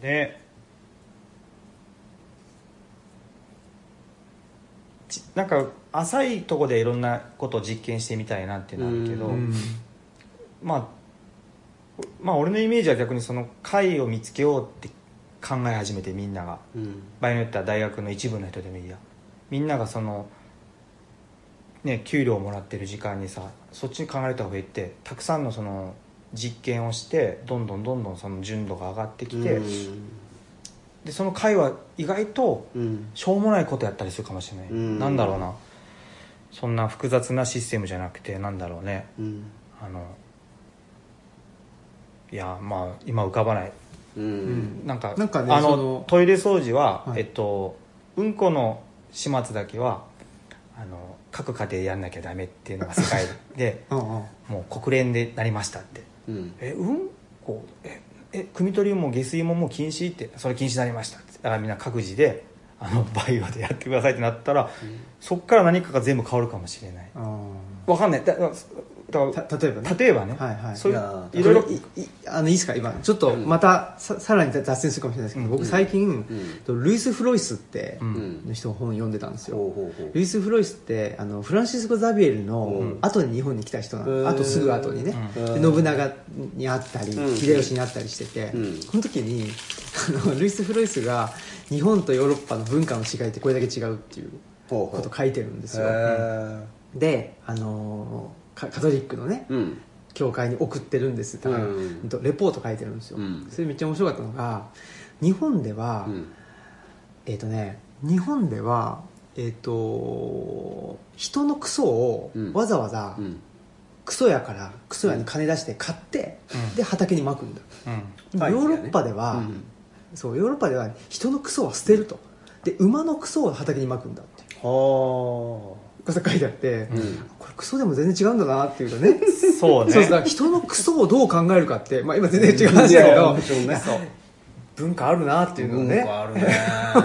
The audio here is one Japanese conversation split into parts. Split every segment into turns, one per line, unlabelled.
でちなんか浅いとこでいろんなことを実験してみたいなっていうのはあるけど、
うん
まあまあ俺のイメージは逆にその貝を見つけようって考え始めてみんなが
うん
場合によっては大学の一部の人でもいいやみんながそのね給料をもらってる時間にさそっちに考えた方がいいってたくさんのその実験をしてどんどんどんどんその純度が上がってきて、でその会は意外と
うん
しょうもないことやったりするかもしれない、
うん
なんだろうなそんな複雑なシステムじゃなくてなんだろうね
うん
あのいやまあ今浮かばない
うん
ん
なんか
なんかね
あの
その
トイレ掃除は、
は
え
い
っと、うんこの始末だけはあの各家庭やんなきゃダメっていうのが世界 で
うんうん
もう国連でなりましたって
うん
えうんこええ汲み取りも下水ももう禁止ってそれ禁止になりましたってだからみんな各自であの バイオでやってくださいってなったら、そっから何かが全部変わるかもしれないわかんないだだだ
あーた例えばね
例えばね、
はいはい
そうい
いうやー
いろいろ
いいあのいいですか今ちょっとまたささらに脱線するかもしれないですけど、
うん
僕最近、
ん
とルイス・フロイスって、
うん
の人の本を読んでたんですよ、
ほうほうほう
ルイス・フロイスってあのフランシスコ・ザビエルの後に日本に来た人な
うん
の、あとすぐ後にね、
うん
で信長に会ったり、
うん
秀吉に会ったりしてて、
うん
この時にあのルイス・フロイスが日本とヨーロッパの文化の違いってこれだけ違うっていう
ほうほう
こと書いてるんですよ、
へ
であのカカトリックのね
ーうん
教会に送ってるんですって、
うん
とレポート書いてるんですよ、
うん
それめっちゃ面白かったのが日本では、
うん
えっ、とね日本ではえっ、と人のクソを
うん
わざわざ
うん
クソ屋からクソ屋に金出して買って、
うん
で畑にまくんだ、
うん
は
で
い
ヨーロッパでは、
うん
そうヨーロッパでは人のクソは捨てるとで馬のクソを畑にまくんだって
は
これ書いてあって、
あう
うん
ん
これクソでも全然違うんだなっていうかね
そうね
そうそうだから人のクソをどう考えるかって、まあ、今全然違う話だけど
もちろんね
文化あるなっていうのをね
文化ある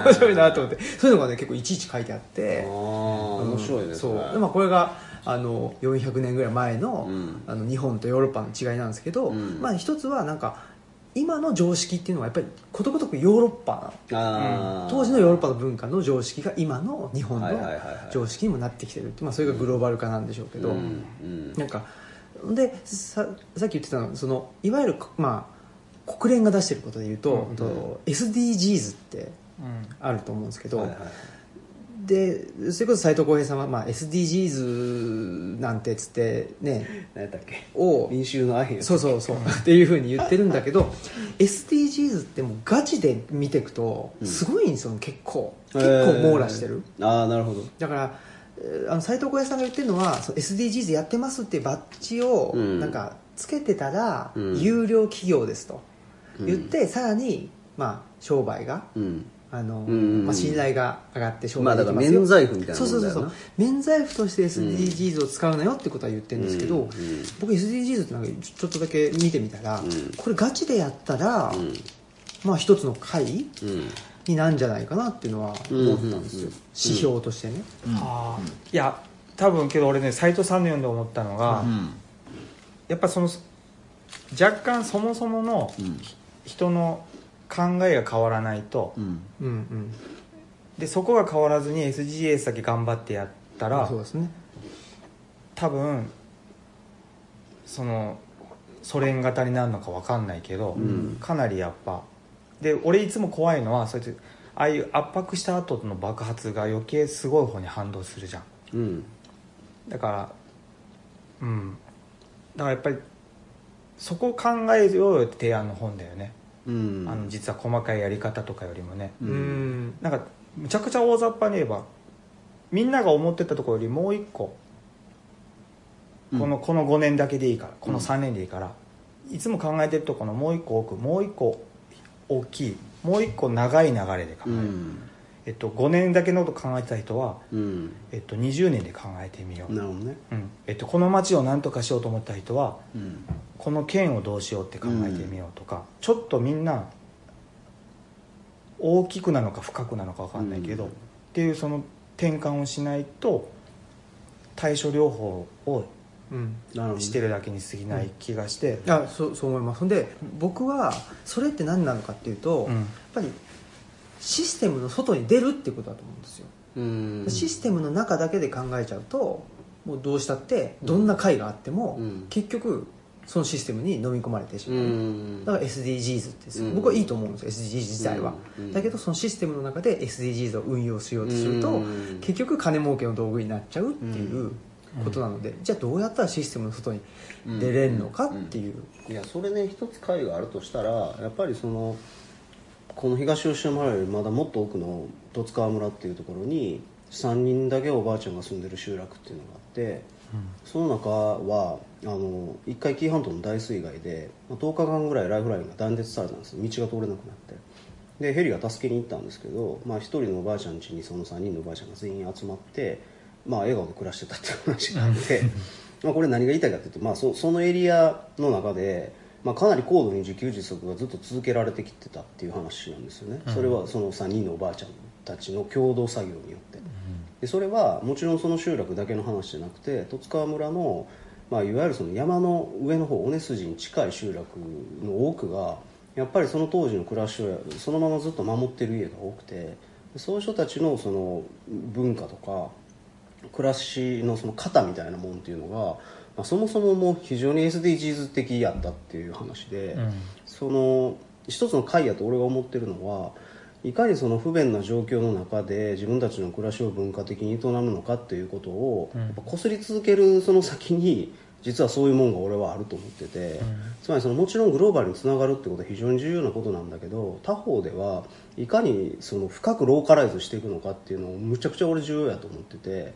面白いなと思ってそういうのがね結構いちいち書いてあって
ああ面白いね
そう
れ
でまあこれがあの400年ぐらい前の,、
うん
あの日本とヨーロッパの違いなんですけど、
うん
まあ一つはなんか今の常識っていうのはやっぱりことごとくヨーロッパ
あー
当時のヨーロッパの文化の常識が今の日本の
はいはいはいはい
常識にもなってきてるって、まあ、それがグローバル化なんでしょうけど、
うんうん
なんかでささっき言ってたのはそのいわゆる、まあ、国連が出してることで言うと,、
うん
と SDGs って
うん
あると思うんですけど、
はいはい
でそれこそ斎藤浩平さんは、まあ、SDGs なんてつってね
何やったっけ
を
民衆の愛
そうそうそうっていうふうに言ってるんだけど SDGs ってもうガチで見ていくと
うん
すごいんですよ結構
へー
結構網羅してる、
ああなるほど
だからえーあの斎藤浩平さんが言ってるのはその SDGs やってますっていうバッジを
うん
なんかつけてたら、
うん
有料企業ですと
うん
言って、さらに、まあ、商売が
うん
あの、
んうんうん
まあ、信頼が上がって商
まあ
売で
だ
き
から
ますよ、
免罪符みたいな
そ
も
う
んだ
そ
よ
うそ
な
うそう免罪符として SDGs を使うなよってことは言ってるんですけど、
うんうん
僕 SDGs ってなんかちょちょっとだけ見てみたら、
ん
これガチでやったら、
うん
まあ一つの回
うん
になんじゃないかなっていうのは思ったんですよ、
うんうんうん
指標としてね、
あーいや多分けど俺ね斎藤さんの読んで思ったのが、
うん
やっぱその若干そもそもの
うん
人の考えが変わらないと、
うん
うんうん
でそこが変わらずに SGS だけ頑張ってやったら
そうですね
多分そのソ連型になるのか分かんないけど、
うん
かなりやっぱで俺いつも怖いのはそうやってああいう圧迫した後の爆発が余計すごい方に反動するじゃん
うん
だからうんだからやっぱりそこを考えようよって提案の本だよね、
うん
あの実は細かいやり方とかよりもね、
う
うんん、
なんかむちゃくちゃ大雑把に言えばみんなが思ってたところよりもう一個
うん
この,、この5年だけでいいからこの3年でいいから、いつも考えてるところのもう一個奥もう一個大きいもう一個長い流れで考え
う
る、
ん
えっと、5年だけのこと考えてた人は、
うん
えっと、20年で考えてみよう、
なるほどね
うんえっと、この街を何とかしようと思った人は
うん
この県をどうしようって考えてみようとか、ちょっとみんな大きくなのか深くなのか分かんないけど、
うん
っていうその転換をしないと対処療法を
うん
なるほど
してるだけに過ぎない気がして、
あそうそう思いますほんで僕はそれって何なのかっていうと、
う
やっ
ん
ぱりシステムの外に出るってことだと思うんですよ、
うん
システムの中だけで考えちゃうともうどうしたってどんな回があっても、
うん
結局そのシステムに飲み込まれてしまう、
うん
だから SDGs ってすごい
うん
僕はいいと思うんですよ SDGs 自体は、
うん
だけどそのシステムの中で SDGs を運用しようとすると、
うん
結局金儲けの道具になっちゃうっていうことなので、じゃあどうやったらシステムの外に出れんのかっていう、
いやそれね一つ解があるとしたらやっぱりそのこの東吉野村よりまだもっと奥の十津川村っていうところに3人だけおばあちゃんが住んでる集落っていうのがあってその中はあの1回紀伊半島の大水害でまあ10日間ぐらいライフラインが断絶されたんですよ道が通れなくなってでヘリが助けに行ったんですけど、まあ、1人のおばあちゃん家にその3人のおばあちゃんが全員集まって、まあ、笑顔で暮らしてたっていう話があってまあこれ何が言いたいかっていうと、まあ、そそのエリアの中で、まあ、かなり高度に自給自足がずっと続けられてきてたっていう話なんですよね、それはその3人のおばあちゃんたちの共同作業によって。でそれはもちろんその集落だけの話じゃなくて十津川村の、まあ、いわゆるその山の上の方尾根筋に近い集落の多くがやっぱりその当時の暮らしをそのままずっと守ってる家が多くてそういう人たちのその文化とか暮らしのその型みたいなもんっていうのが、まあ、そもそももう非常に SDGs 的やったっていう話で。
うん
その一つの回やと俺が思ってるのはいかにその不便な状況の中で自分たちの暮らしを文化的に営むのかっていうことを
うん
やっぱ擦り続けるその先に実はそういうもんが俺はあると思ってて、つまりそのもちろんグローバルにつながるってことは非常に重要なことなんだけど他方ではいかにその深くローカライズしていくのかっていうのをむちゃくちゃ俺重要やと思っててだか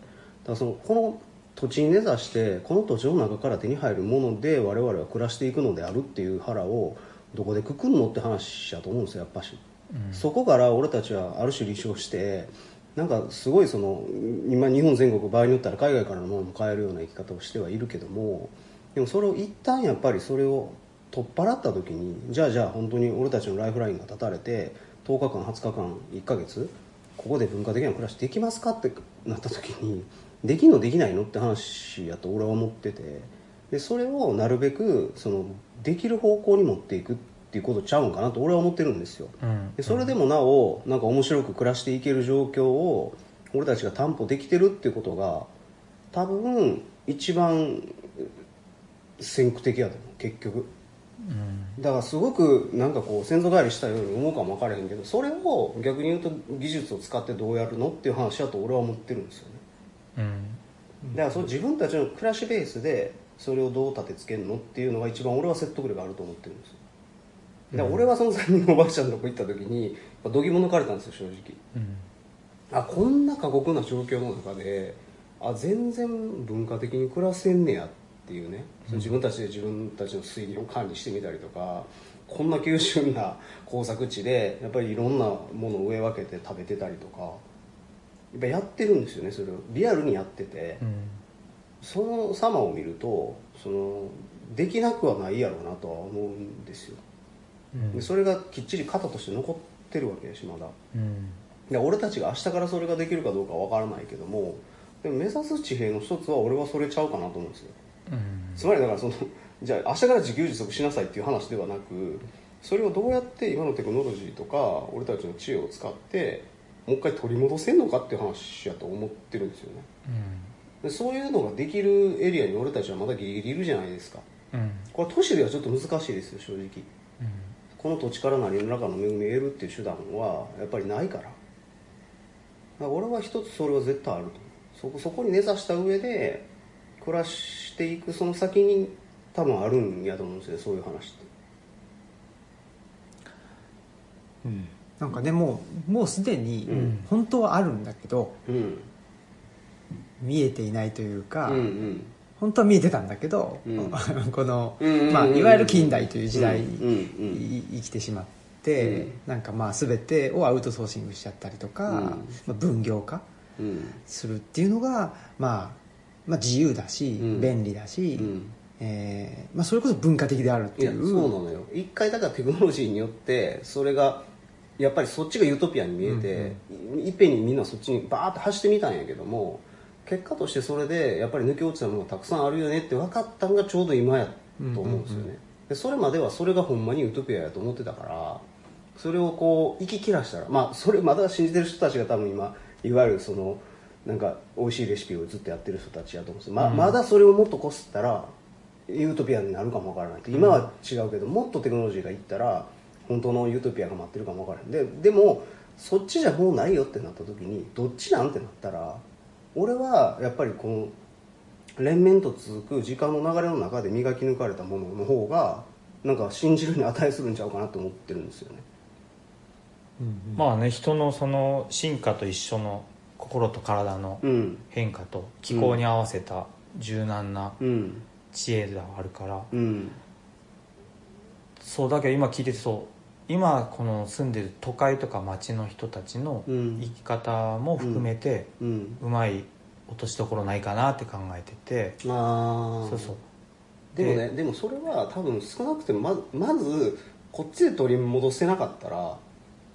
らそのこの土地に根ざしてこの土地の中から手に入るもので我々は暮らしていくのであるっていう腹をどこでくくんのって話やと思うんですよやっぱし。
うん
そこから俺たちはある種立証してなんかすごいその今日本全国場合によったら海外からのものも買えるような生き方をしてはいるけどもでもそれを一旦やっぱりそれを取っ払った時にじゃあじゃあ本当に俺たちのライフラインが断たれて10日間20日間1ヶ月ここで文化的な暮らしできますかってなった時にできんのできないのって話やと俺は思っててでそれをなるべくそのできる方向に持っていくっていうことちゃうんかなと俺は思ってるんですよ。
うん
でそれでもなおなんか面白く暮らしていける状況を俺たちが担保できてるっていうことが多分一番え先駆的やと思う結
う
局
ん
だからすごくなんかこう先祖返りしたように思うかも分からへんけどそれを逆に言うと技術を使ってどうやるのっていう話だと俺は思ってるんですよね
うん
だからその自分たちの暮らしベースでそれをどう立てつけるのっていうのが一番俺は説得力あると思ってるんですよだから俺はその3人のおばあちゃんのとこ行った時にまあ度肝抜かれたんですよ正直
うん
あこんな過酷な状況の中であ全然文化的に暮らせんねやっていうね、その自分たちで自分たちの水源を管理してみたりとかこんな急峻な耕作地でやっぱりいろんなものを植え分けて食べてたりとかやっぱやってるんですよねそれをリアルにやってて、
うん
その様を見るとそのできなくはないやろうなとは思うんですよ、
うん
でそれがきっちり型として残ってるわけやしまだ
うん
で俺たちが明日からそれができるかどうかわからないけどもでも目指す地平の一つは俺はそれちゃうかなと思うんですよ
うん
つまりだからそのじゃあ明日から自給自足しなさいっていう話ではなくそれをどうやって今のテクノロジーとか俺たちの知恵を使ってもう一回取り戻せんのかっていう話やと思ってるんですよねでそういうのができるエリアに俺たちはまだギリギリいるじゃないですか
うん
これ都市ではちょっと難しいですよ正直この土地から何らかの恵みを得るっていう手段はやっぱりないからだから俺は一つそれは絶対あると思うそこそこに根ざした上で暮らしていくその先に多分あるんやと思うんですよねそういう話って
うん
なんかねもうもうすで
う
に
ん
本当はあるんだけど、
うん
見えていないというか、
うんうん
本当は見えてたんだけど、
うん
この、
うんうんうんうん
まあ、いわゆる近代という時代
うん
に、
うんうん
い生きてしまって、
うん
なんかまあ全てをアウトソーシングしちゃったりとか、
うん
まあ、分業化
うん
するっていうのが、まあ、まあ自由だし、
うん
便利だし、
うん
えーまあ、それこそ文化的であるって
い
い
や
う
そうなのよ一回だからテクノロジーによってそれがやっぱりそっちがユートピアに見えて、いいっぺんにみんなそっちにバーッと走ってみたんやけども結果としてそれでやっぱり抜け落ちたものがたくさんあるよねって分かったのがちょうど今やと思うんですよね、でそれまではそれがほんまにウトピアやと思ってたからそれをこう息切らしたらまあそれまだ信じてる人たちが多分今いわゆるそのなんか美味しいレシピをずっとやってる人たちやと思うんですよま,、まだそれをもっとこすったらユートピアになるかもわからないって今は違うけど、もっとテクノロジーがいったら本当のユートピアが待ってるかもわからないででもそっちじゃもうないよってなった時にどっちなんってなったら俺はやっぱりこの連綿と続く時間の流れの中で磨き抜かれたものの方がなんか信じるに値するんちゃうかなと思ってるんですよね
まあね人のその進化と一緒の心と体の
うん
変化と気候に合わせた柔軟な
うん
知恵があるから
うん
そうだけど今聞いててそう今この住んでる都会とか町の人たちの
う
生
ん
き方も含めて
うん
うまい落としどころないかなって考えてて
ああ
そうそう
でもねでもそれは多分少なくてもまずまずこっちで取り戻せなかったら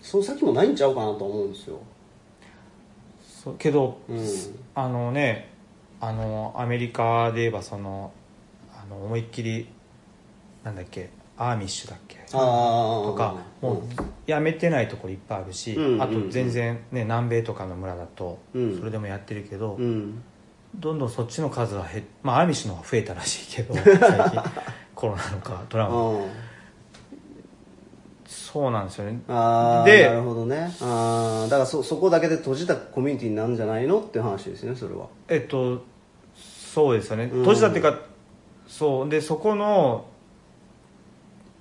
その先もないんちゃうかなと思うんですよ
そうけど
うん
あのねあのアメリカで言えばそのあの思いっきりなんだっけアーミッシュだっけ
ああ
とかもうやめてないところいっぱいあるし、
うん
あと全然、ね、南米とかの村だと
うん
それでもやってるけど、
うん
どんどんそっちの数は減っまあアーミッシュの方が増えたらしいけ ど最近コロナのかトラ
あ
ンプそうなんですよね
あー
で
なるほどねあーだからそそこだけで閉じたコミュニティなんじゃないのっていう話ですねそれは
えっとそうですよね
うん
閉じたっていうか、そうでそこの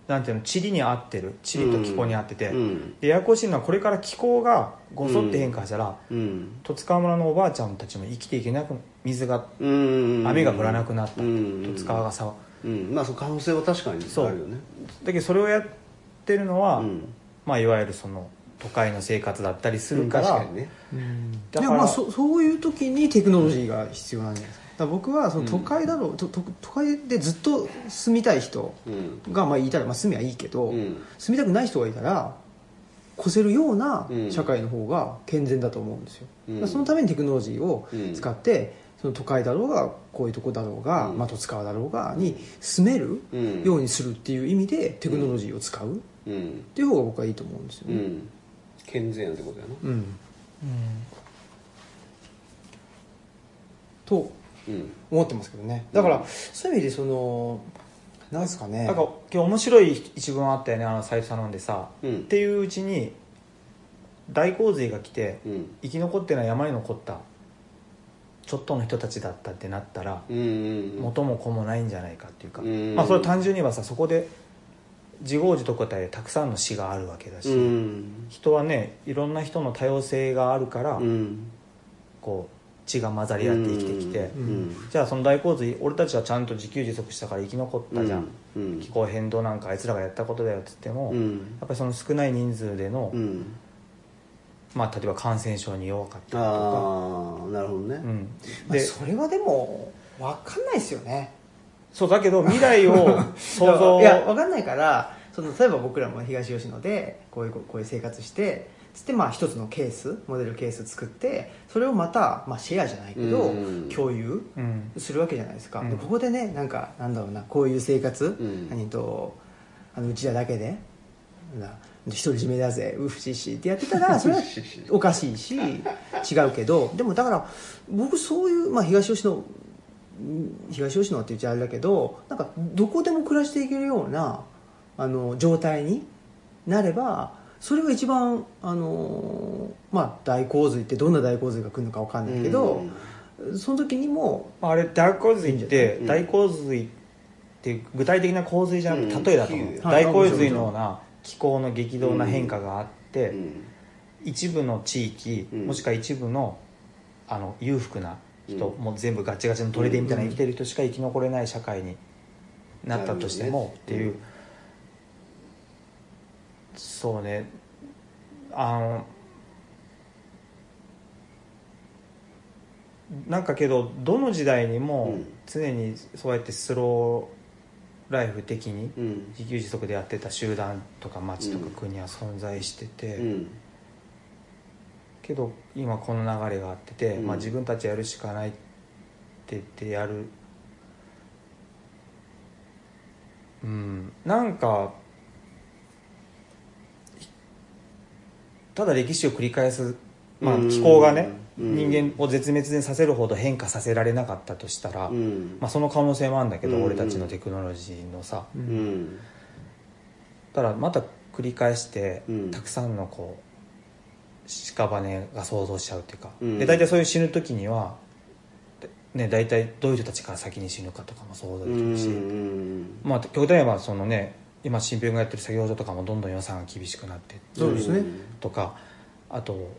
なんていうの地理に合ってる地理と気候に合ってて、
うん
でややこしいのはこれから気候がごそって変化したら、
うん
十津川村のおばあちゃんたちも生きていけなく水が
うん
雨が降らなくなった
う
り
ん
十津川がさ
うんまあその可能性は確かにあるよね
だけどそれをやってるのは、
うん
まあ、いわゆるその都会の生活だったりするから、
確かにね
だ
で
から
もまあそそういう時にテクノロジーが必要なんじゃないですかだから僕はその都会だろう、とと都会でずっと住みたい人
うん
がまあいたら、まあ、住みはいいけど、
うん
住みたくない人がいたら越せるような
うん
社会の方が健全だと思うんですよ、
うん
だからそのためにテクノロジーを
うん
使って、その都会だろうがこういうとこだろうが、
うん
まあ、戸塚だろうがに住める
うん
ようにするっていう意味でテクノロジーを使うっ
うん
ていう方が僕はいいと思うんですよ
う
ね、
ん健全やってことやな
うん
うん
と
うん
思ってますけどねだから、そういう意味でそのなんですかね
なんか今日面白い一文あったよねあの最初頼んでさ、
う
っ
ん
ていううちに大洪水が来て
うん
生き残ってのは山に残ったちょっとの人たちだったってなったら
うんうんうん
元も子もないんじゃないかっていうか、
うん
まあ、それは単純に言えばさそこで自業自得とはいえたくさんの死があるわけだし、
うん
人はねいろんな人の多様性があるから、
うん
こう血が混ざり合って生きてきて、
うん
じゃあその大洪水俺たちはちゃんと自給自足したから生き残ったじゃん、
うん
気候変動なんかあいつらがやったことだよって言っても、
う
や
ん
っぱりその少ない人数での、
うん
まあ、例えば感染症に弱かったりとか、
ああなるほどね
うん、
まあ
で
それはでも分かんないですよね
そうだけど未来 を想像
いや分かんないからその例えば僕らも東吉野でこういうこういう生活してつってまあ一つのケースモデルケース作ってそれをまた、まあ、シェアじゃないけど、
うん
共有
うん
するわけじゃないですか、
うん
でここでねなんかなんだろうなこういう生活、
うん
何とあのうちらだけでな独り占めだぜうふしっしってやってたらそれはおかしいし違うけどでもだから僕そういう、まあ、東吉野うん東吉野って言っちゃあれだけどなんかどこでも暮らしていけるようなあの状態になればそれが一番あの、まあ、大洪水ってどんな大洪水が来るのか分かんないけど、その時にも
まああれ大洪水って
うん
大洪水って具体的な洪水じゃなく
うん
て例えだと思う、
比喩
大洪水のような気候の激動な変化があって、
うん
一部の地域、
うん
もしくは一部のあの裕福な人、
うん
もう全部ガチガチの砦みたいな生きてる人しか生き残れない社会になったとしても、って
なる
い
よね
う、そうねあのなんかけどどの時代に
う
も
ん
常にそうやってスローライフ的に
うん
自給自足でやってた集団とか町とか
うん
国は存在してて、
うん
けど今この流れがあってて、
うん
まあ、自分たちやるしかないって言ってやるうんなんかただ歴史を繰り返す、まあ、
うん
気候がね、
うん
人間を絶滅にさせるほど変化させられなかったとしたら、
うん
まあ、その可能性もあるんだけど、
うん
俺たちのテクノロジーのさ
う
うんん
ただまた繰り返して、
うん
たくさんのこう屍が想像しちゃうっていうか、
うん
で大体そういう死ぬ時には、ね、大体どういう人たちから先に死ぬかとかも想像
う
できるし、
ん
まあ極端に言えばそのね今新聞がやってる作業所とかもどんどん予算が厳しくなって
そうですね
とかあと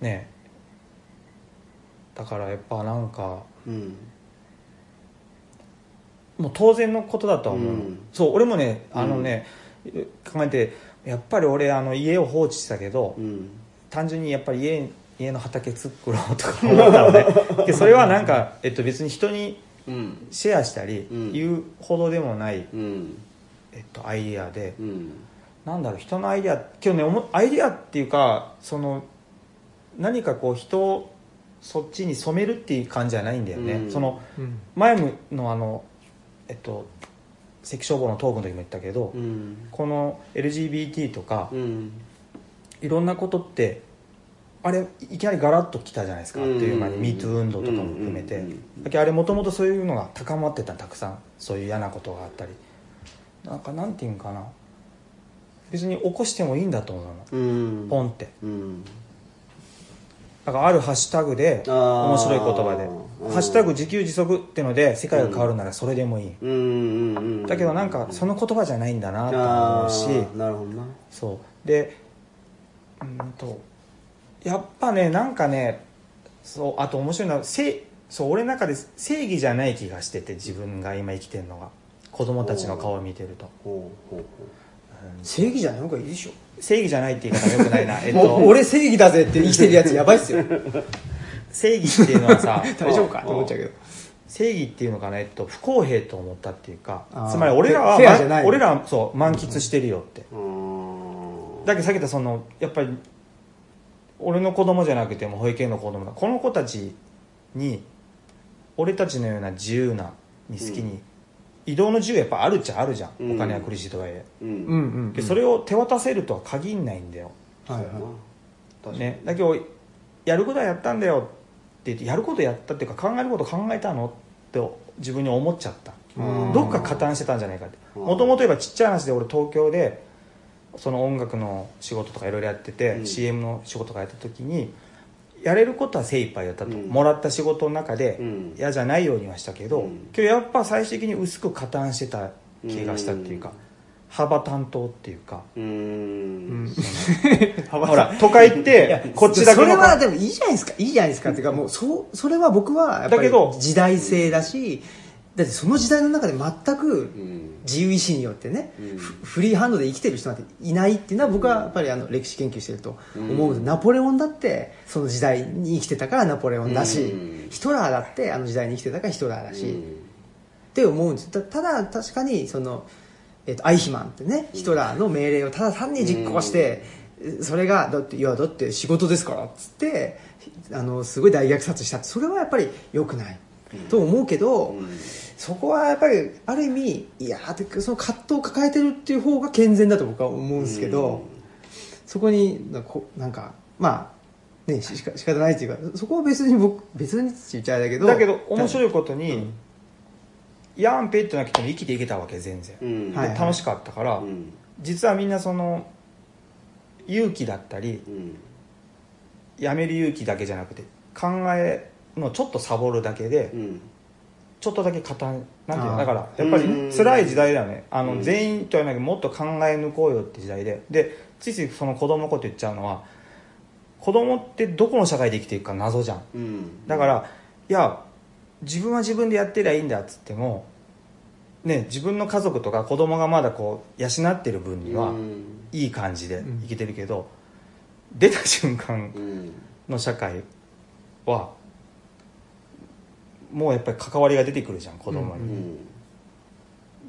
ねだからやっぱなんか
うん
もう当然のことだとは思う、
うん
そう俺もねあのね、考えてやっぱり俺あの家を放置したけど、
うん
単純にやっぱり家家の畑作ろうとか思ったの ねでそれはなんか、えっと、別に人に
うん
シェアしたり
うん
言うほどでもない、
うん
えっと、アイデアで、
うん
なんだろう人のアイデア今日ねおもアイデアっていうかその何かこう人をそっちに染めるっていう感じじゃないんだよね、
うん
その
うん
前のあのえっと関消防のトークの時も言ったけど、
うん
この LGBT とか、
うん
いろんなことってあれいきなりガラッと来たじゃないですか、
うん
っていう間に「MeToo 運動」とかも含めて、
うんうんうんうん
だけどあれもともとそういうのが高まってたたくさんそういう嫌なことがあったりなんかなんていうんかな別に起こしてもいいんだと思うの、
うん
ポンって
うん
だからあるハッシュタグで
あー
面白い言葉で
う
「
ん
ハッシュタグ自給自足」ってので世界が変わるならそれでもいい、
うんうんうん
だけどなんかその言葉じゃないんだなと思うし、
あーなるほどな
そうでうーんとやっぱねなんかねそうあと面白いのはせそう俺の中で正義じゃない気がしてて自分が今生きてるのが子供たちの顔を見てると
ほうほう
正義じゃない方がいいでしょ、
正義じゃないって言い方よく ないな、えっ
もう
と、
俺正義だぜって生きてるやつやばいっすよ
正義っていうのはさ
大丈夫かと思っちゃうけど
正義っていうのかな、えっと、不公平と思ったっていうか
あー
つまり俺らは、
フェフェアじゃない
俺らはそう満喫してるよって、
ほううーん
だけどさっき言ったそのやっぱり俺の子供じゃなくても保育園の子供だこの子たちに俺たちのような自由なに好きに、移動の自由やっぱあるっちゃあるじゃん、
うん
お金は苦しいとはいえ、
う
うんんうん、
でそれを手渡せるとは限んないんだよ、
はいはい
確かに
ね、だけどやることはやったんだよって言ってやることやったっていうか考えること考えたのって自分に思っちゃった
うん
どっか加担してたんじゃないかって
うん
もともと言えばちっちゃい話で俺東京でその音楽の仕事とかいろいろやってて、
うん
CM の仕事とかやった時にやれることは精一杯やったと、
うん
もらった仕事の中で
うん
嫌じゃないようにはしたけど、
うん
今日やっぱ最終的に薄く加担してた気がしたっていうか、
うん
幅担当っていうか
うー
うん
ん
ほら都会っ
いや
てこっちだけ
それ
の
はでもいいじゃないですかいいじゃないですかっていうかもうそうそれは僕はやっ
だ
ぱり
けど
時代性だしだってその時代の中で全く
うん
自由意志によってね、
うん
フフリーハンドで生きてる人なんていないっていうのは僕はやっぱりあの歴史研究してると思う、
うん
ナポレオンだってその時代に生きてたからナポレオンだし、
うん
ヒトラーだってあの時代に生きてたからヒトラーだし、
う
っ
ん
て思うんですたただ確かにその、えっとアイヒマンってねヒトラーの命令をただ単に実行して、それがだっていやだって仕事ですからっつってあのすごい大虐殺したってそれはやっぱり良くないと思うけど、
うん
そこはやっぱりある意味いやーてその葛藤を抱えてるっていう方が健全だと僕は思うんですけど、そこになこなんかまあねししか仕方ないっていうかそこは別に僕別にって言っちゃあれだけど
だけど面
い
白いことに、やんぺってなくても生きていけたわけ全然、
うん
はい
楽しかったから、
うん
実はみんなその勇気だったり
うん
やめる勇気だけじゃなくて考えのちょっとサボるだけで、
うん
ちょっとだけ加担なんていう
あー
のだからやっぱ
うん
り辛い時代だよねあの、
うん
全員とは言わないけどもっと考え抜こうよって時代ででついついその子供のこと言っちゃうのは子供ってどこの社会で生きていくか謎じゃん
うん
だからいや自分は自分でやってりゃいいんだっつってもね自分の家族とか子供がまだこう養ってる分には、
うん
いい感じでいけてるけど、出た瞬間
うん
の社会はもうやっぱり関わりが出てくるじゃん子供
う
に、
ん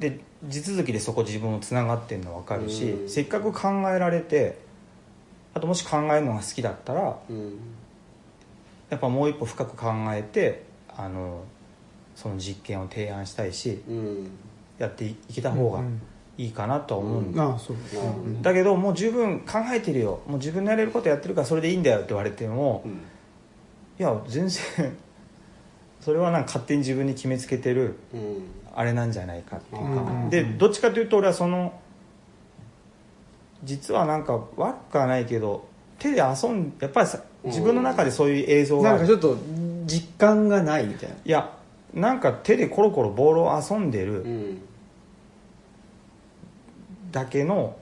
で地続きでそこ自分をつながってるの分かるし、
うん
せっかく考えられてあともし考えるのが好きだったら
うん
やっぱもう一歩深く考えてあのその実験を提案したいし
うん
やっていけた方が
うん
いいかなとは思うん
うん
だ
ああそう
なるほどね
だけどもう十分考えてるよもう自分のやれることやってるからそれでいいんだよって言われても
うん
いや全然 それはなんか勝手に自分に決めつけてる
うん
あれなんじゃないかっていうか、
うん
でどっちかというと俺はその実はなんか悪くはないけど手で遊んやっぱりさ自分の中でそういう映像が
な
ある
んかちょっと実感がないみたいない
やなんか手でコロコロボールを遊んで
う
る
ん
だけの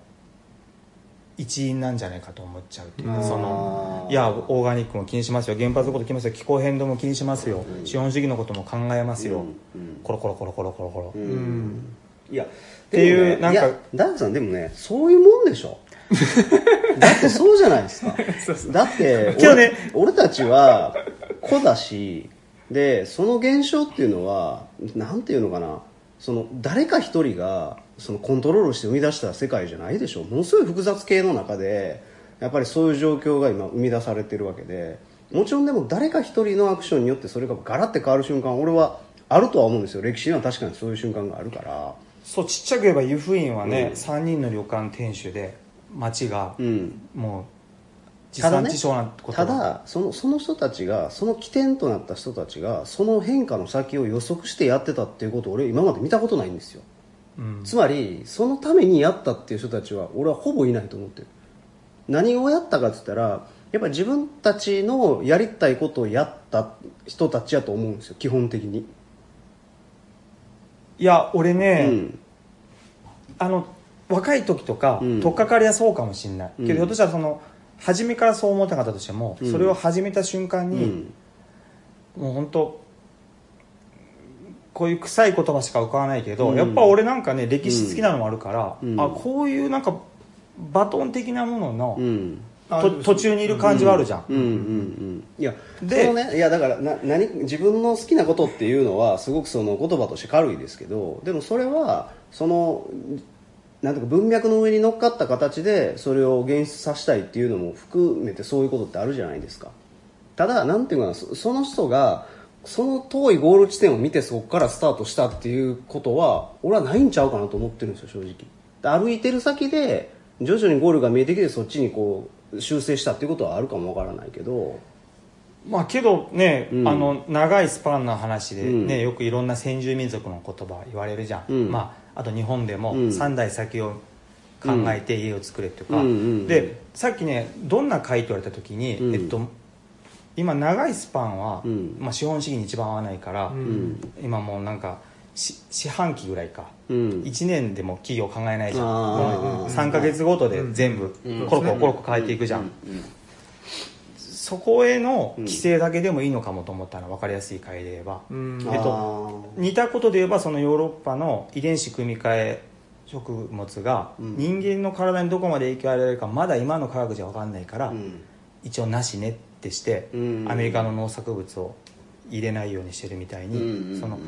一員なんじゃないかと思っちゃうっていう
あ
か
ー
そのいやオーガニックも気にしますよ原発のこと気にしますよ気候変動も気にしますよ
うん
資本主義のことも考えますよ、
うん
コロコロコロコロコロコロ、
うん
うん
いやって
いうなんか
ダンさんでもねそういうもんで しょだってそうじゃないですかだって
今日ね
俺俺たちは子だしでその現象っていうのはなんていうのかなその誰か一人がそのコントロールして生み出した世界じゃないでしょものすごい複雑系の中でやっぱりそういう状況が今生み出されてるわけでもちろんでも誰か一人のアクションによってそれがガラッて変わる瞬間俺はあるとは思うんですよ歴史には確かにそういう瞬間があるから
そうちっちゃく言えば湯布院はね、
うん
3人の旅館店主で町が
うん
もう地
ただ
産
ね
地消なこと
た
が
だそのその人たちがその起点となった人たちがその変化の先を予測してやってたっていうことを俺今まで見たことないんですよ
うん
つまりそのためにやったっていう人たちは俺はほぼいないと思ってる何をやったかって言ったらやっぱり自分たちのやりたいことをやった人たちやと思うんですよ基本的に、
いや俺ね、
うん
あの若い時とか、
うん
とっかかりはそうかもしれない、
うん
けどひょっとしたらその初めからそう思ってなかったとしても、
うん
それを始めた瞬間
う
に、
ん
もう本当こういう臭い言葉しか浮かばないけど、
うん
やっぱ俺なんかね歴史好きなのもあるから、
うん
あこういうなんかバトン的なものの
う、ん
あ
と
でも
途中にいる感じはあるじゃん、
うんうんうんいや
で
そのねいやだからな何自分の好きなことっていうのはすごくその言葉として軽いですけどでもそれはそのなんていうか文脈の上に乗っかった形でそれを現出させたいっていうのも含めてそういうことってあるじゃないですかただなんていうかなそその人がその遠いゴール地点を見てそこからスタートしたっていうことは俺はないんちゃうかなと思ってるんですよ正直で歩いてる先で徐々にゴールが見えてきてそっちにこう修正したっていうことはあるかもわからないけど
まあけどね、
うん
あの長いスパンの話で、ね
うん
よくいろんな先住民族の言葉言われるじゃん、
うん
まあ、あと日本でも
うん
3代先を考えて家を作れとか、
うんうんうん
でさっきねどんな会って言われた時に、
うん
えっと、今長いスパンは、
うん
まあ、資本主義に一番合わないから、
うん
うん
今もうなんかし四半期ぐらいか
うん
1年でも企業考えないじゃん
あー
3ヶ月ごとで全部
うん
コロコロコロコロ変えていくじゃん、そこへの規制だけでもいいのかもと思ったの分かりやすい回で言えば、
うん
うん
えっ
と
似たことで言えばそのヨーロッパの遺伝子組み換え食物が
うん
人間の体にどこまで影響を与えられるかまだ今の科学じゃ分かんないから、一応なしねってして、
うん
アメリカの農作物を入れないようにしてるみたいに、その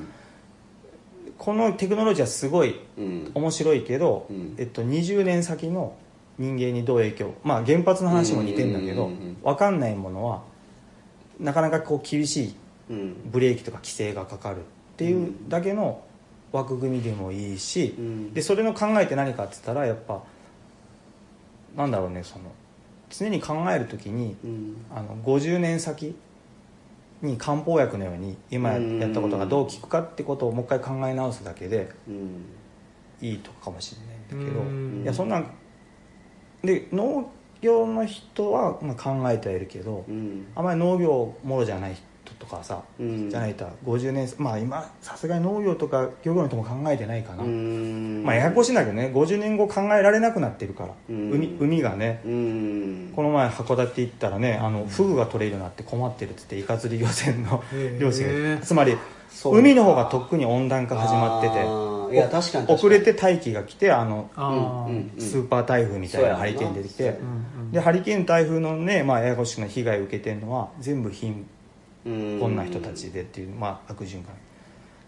このテクノロジーはすごい
うん
面白いけど、
うん
えっと、20年先の人間にどう影響、まあ、原発の話も似てんだけ
う
ど
んうんうんうん
分かんないものはなかなかこう厳しい
うん
ブレーキとか規制がかかるっていうだけの枠組みでもいいし、
うん
でそれの考えって何かって言ったらやっぱなんだろうねその常に考える時に
うん
あの50年先に漢方薬のように今やったことがどう効くかってことをもう一回考え直すだけで
うん
いいとかもしれないんだけど、
うん
いやそんなんで農業の人はまあ考えてはいるけど、
うん
あまり農業もろじゃない人とかさ、
うん
じゃないと50年まあ今さすがに農業とか漁業の人も考えてないかな、
うん
まあややこしいんだけどね50年後考えられなくなってるから、
うん
海海がね
うん
この前函館行ったらねあのフグが取れるようになって困ってるっつってイカ釣り漁船の
へー
漁師がつまり
そうか
海の方がとっくに温暖化始まって
あーいや
て
確かに確かに
遅れて大気が来てあの
ああ
うんうん
スーパー台風みたいなハリケーン出てき
そうや
て
な
うん
でハリケーン台風のね、まあ、ややこしくな被害を受けてるのは全部貧
うん
困な人たちでっていう、まあ、悪循環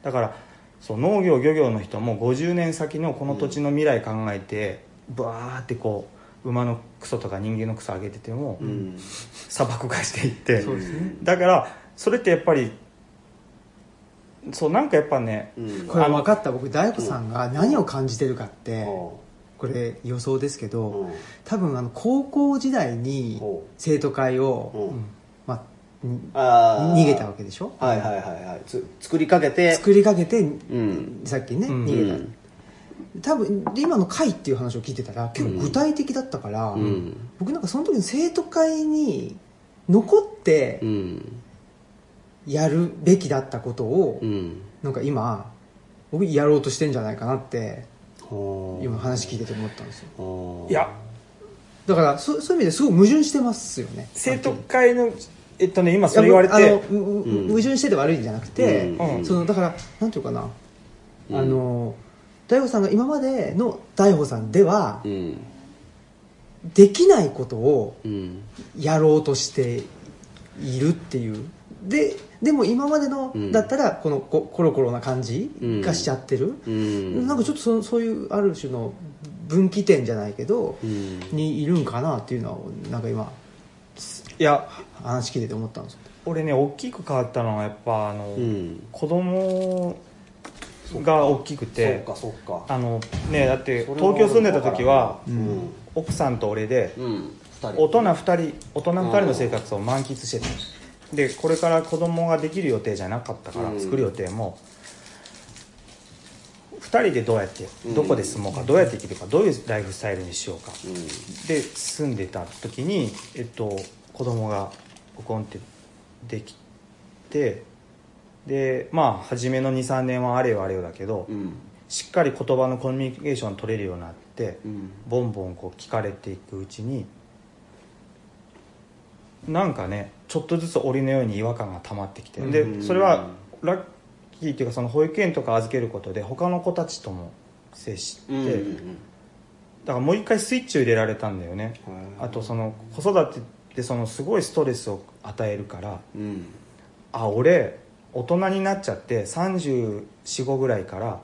だからそう農業漁業の人も50年先のこの土地の未来考えてバーってこう馬のクソとか人間のクソあげてても、
うん
砂漠化していって
そうですね
だからそれってやっぱりそうなんかやっぱね
うん
これ分かった僕大悟さんが何を感じてるかって
お
これ予想ですけ
う
ど
うん
多分あの高校時代に
おう
生徒会
う
を、
ん
まあ、に
あー
逃げたわけでしょ
はいはいはいはいつ作りかけて
作りかけて
うん
さっきね
うん
逃げた、
うん
多分で今の会っていう話を聞いてたら結構具体的だったから、
うん
僕なんかその時の生徒会に残って
うん
やるべきだったことを、
うん
なんか今僕やろうとしてんじゃないかなって
おう
今話聞いてて思ったんですよ
おう
いや
だからそそういう意味ですごい矛盾してますよね
生徒会のえっとね今それ言われ
いや
て
僕あのうう
うん
矛盾してて悪いんじゃなくて、
うん
そのだからなんていうかな、
うん
あの大悟さんが今までの大悟さんでは
うん
できないことを
うん
やろうとしているっていうででも今までの
うん
だったらこのこコロコロな感じ
うん
がしちゃってる、
うん
なんかちょっとそのそういうある種の分岐点じゃないけど、
うん
にいるんかなっていうのはなんか今
いや
話聞いてて思ったんですよ
俺ね大きく変わったのはやっぱあの、
うん
子供が大きくて
そうかそうか
あのねだって
それ
東京住んでた時は
俺も
奥さんと俺で
分からんうん二人
大人2人大人2人の生活を満喫してたでこれから子供ができる予定じゃなかったから、
うん
作る予定も2人でどうやって
うん
どこで住もうか、どうやって生きるかどういうライフスタイルにしようか
うん
で住んでた時に、えっと、子供がココンってできてでまあ初めの23年はあれよあれよだけど、
うん
しっかり言葉のコミュニケーション取れるようになって、
うん
ボンボンこう聞かれていくうちになんかねちょっとずつ檻のように違和感が溜まってきて、
うん
でそれはラッキーっていうかその保育園とか預けることで他の子たちとも接して、
うん
だからもう一回スイッチを入れられたんだよね、
うん
あとその子育てってそのすごいストレスを与えるから
うん
あ俺大人になっちゃって345ぐらいから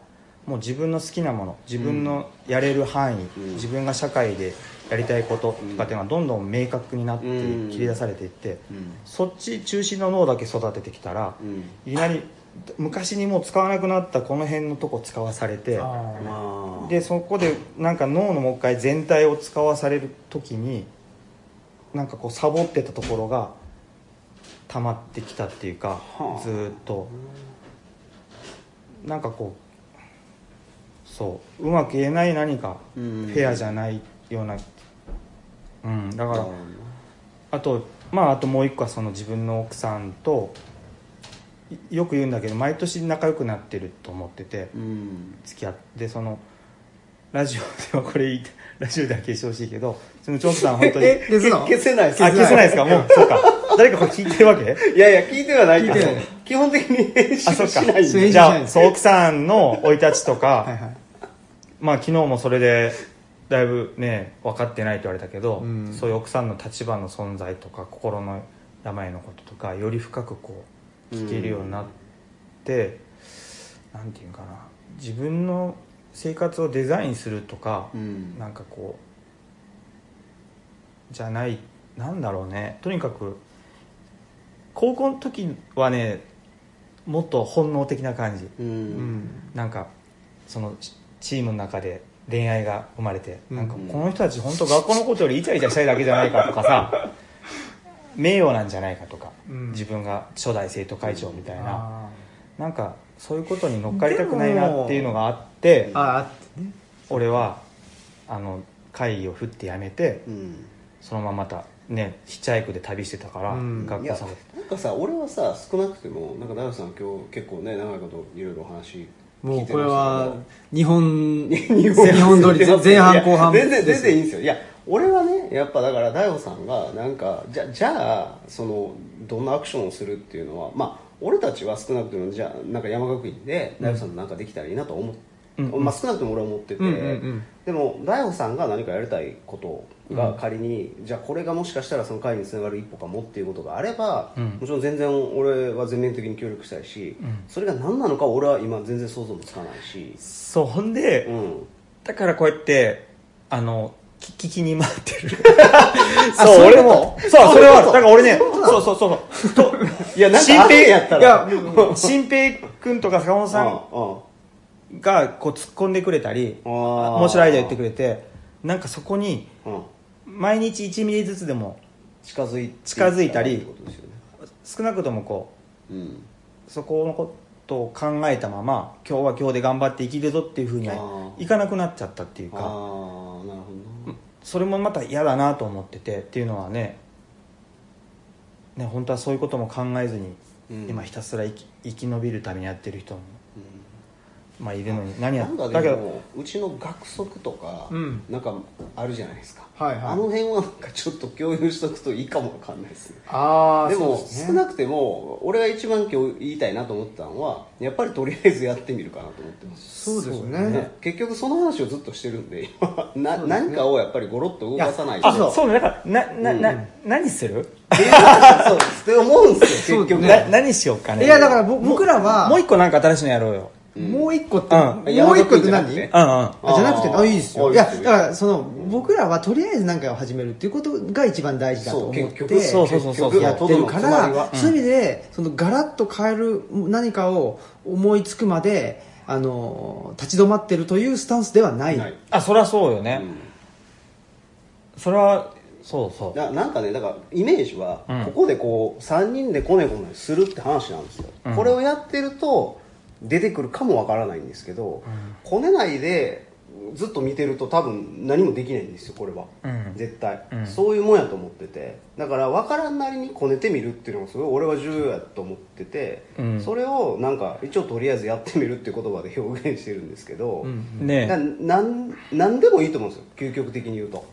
もう自分の好きなもの自分のやれる範囲、
うん
自分が社会でやりたいこととかっていうのはどんどん明確になって
うん
切り出されていって、
うん
そっち中心の脳だけ育ててきたら
うん
いきなり昔にもう使わなくなったこの辺のとこ使わされて
あ
まあ
でそこでなんか脳のもう一回全体を使わされる時になんかこうサボってたところが溜まってきたっていうか、
はあ
ずーっとなんかこうそううまく言えない何か
フ
フェアじゃないようなうん、だからあとまああともう一個はその自分の奥さんといよく言うんだけど毎年仲良くなってると思ってて、
うん
付き合ってそのラジオではこれ言いた ラジオでは消してほしいけどそのチョンさん本当に
え消すの
消せない
あ消せないですか もうそうか誰かこれ聞いてるわけ
いやいや聞いてはないけ
聞い
ど
てない
基本的に編集
あそっか
しないんで
編集し
じ
ない
ゃ
で
あ
す
そう奥さんの生い立ちとか、
はいはい
まあ昨日もそれでだいぶね分かってないと言われたけど、
うん
そういう奥さんの立場の存在とか心の病のこととかより深くこう聞けるようになって、なんていうかな自分の生活をデザインするとか、
うん
なんかこうじゃないなんだろうねとにかく高校の時はねもっと本能的な感じ
う
うんん
なんかそのチチームの中で恋愛が生まれて、
うん
なんかこの人たち本当学校のことよりイチャイチャしたいだけじゃないかとか さ名誉なんじゃないかとか、
うん
自分が初代生徒会長みたいな、
あ
なんかそういうことに乗っかりたくないなっていうのがあって
ーあーってね
俺はあの会議を振ってやめて
うん
そのまままたねヒッチハイクで旅してたから、
うん
学校
いや
さ
なんかさ俺はさ少なくてもなんか大悟さん今日結構ね長いこといろいろお話
も
聞
う
いて
こ
ました
れ
けど
は日本
日
日本通りぜ前半後半
いや全然
で
全
す
然いいんですよいや俺はねやっぱだから大悟さんがなんかじゃじゃあそのどんなアクションをするっていうのはまあ俺たちは少なくともじゃあなんか山学院で大悟さんとなんかできたらいいなと思っ
うんうん
まあ、少なくとも俺は思ってて、
うんうんうん
でも大悟さんが何かやりたいことが仮に、じゃあこれがもしかしたらその会につながる一歩かもっていうことがあれば、
うん
もちろん全然俺は全面的に協力したいし、
うん
それが何なのか俺は今全然想像もつかないし、
そうほんで、
うん、
だからこうやってあのき聞きに回ってる
あ
そう
そうい
俺
うこと
もそうそれはだから俺ねそうそうそうといやなんか
新平やったら
いや新平君とか坂本
あ
さ
あ
んがこう突っ込んでくれたり
あー
面白いアイデア言ってくれてなんかそこに
うん
毎日1ミリずつでも
近づい
近づいたり
ってことですよね
少なくともこ
うん
うそこのことを考えたまま今日は今日で頑張って生きるぞっていうふうには
あー
いかなくなっちゃったっていう
ああ
か
ーなるほどな
それもまた嫌だなと思っててっていうのはねね本当はそういうことも考えずに、
うん
今ひたすら生き生き延びるためにやってる人も、
うん
まあ、いるのに何や
なんか
だけ
で
ど
もうちの学則とか、
うん
なんかあるじゃないですか、
はいはい
あの辺はなんかちょっと共有しとくといいかもわかんないですね
ああ
でも
そう
少
ね
なくても俺が一番今日言いたいなと思ったのはやっぱりとりあえずやってみるかなと思ってます、
そうですね
ね結局その話をずっとしてるんで今な何かをやっぱりゴロッと動
いや
かさないと
あそうそうねだからなな、
う
な何する
そうって思うんですよ結
そ
局
う
な何しようかね
いやだからぼ僕らは
もう一個なんか新しいのやろうよ
ん
もう一個って、
うん
もう一個
山田
って
君じゃなくて
何
うんうん
あじゃなくて
あー
あいいです
あ
よ
い
い
いで
や
すよ
だからその僕らはとりあえず何かを始めるっていうことが一番大事だと
そ
思
う
って
結局
そうそうそうそう
結局
やってるか
とどのつまりは
らそういう意味でそのガラッと変える何かを思いつくまであの立ち止まってるというスタンスではない
ない
あそりゃそうよね、
うん
それはそうそう
ななんかねだからイメージは、
うん
ここでこう3人でこねこねするって話なんですよ、
うん
これをやってると出てくるかもわからないんですけど、こねないでずっと見てると多分何もできないんですよこれは、
うん
絶対、
うん
そういうもんやと思っててだから分からんなりにこねてみるっていうのがすごい俺は重要やと思ってて、
うん
それをなんか一応とりあえずやってみるっていう言葉で表現してるんですけど、
ね
ななんなんでもいいと思うんですよ究極的に言うと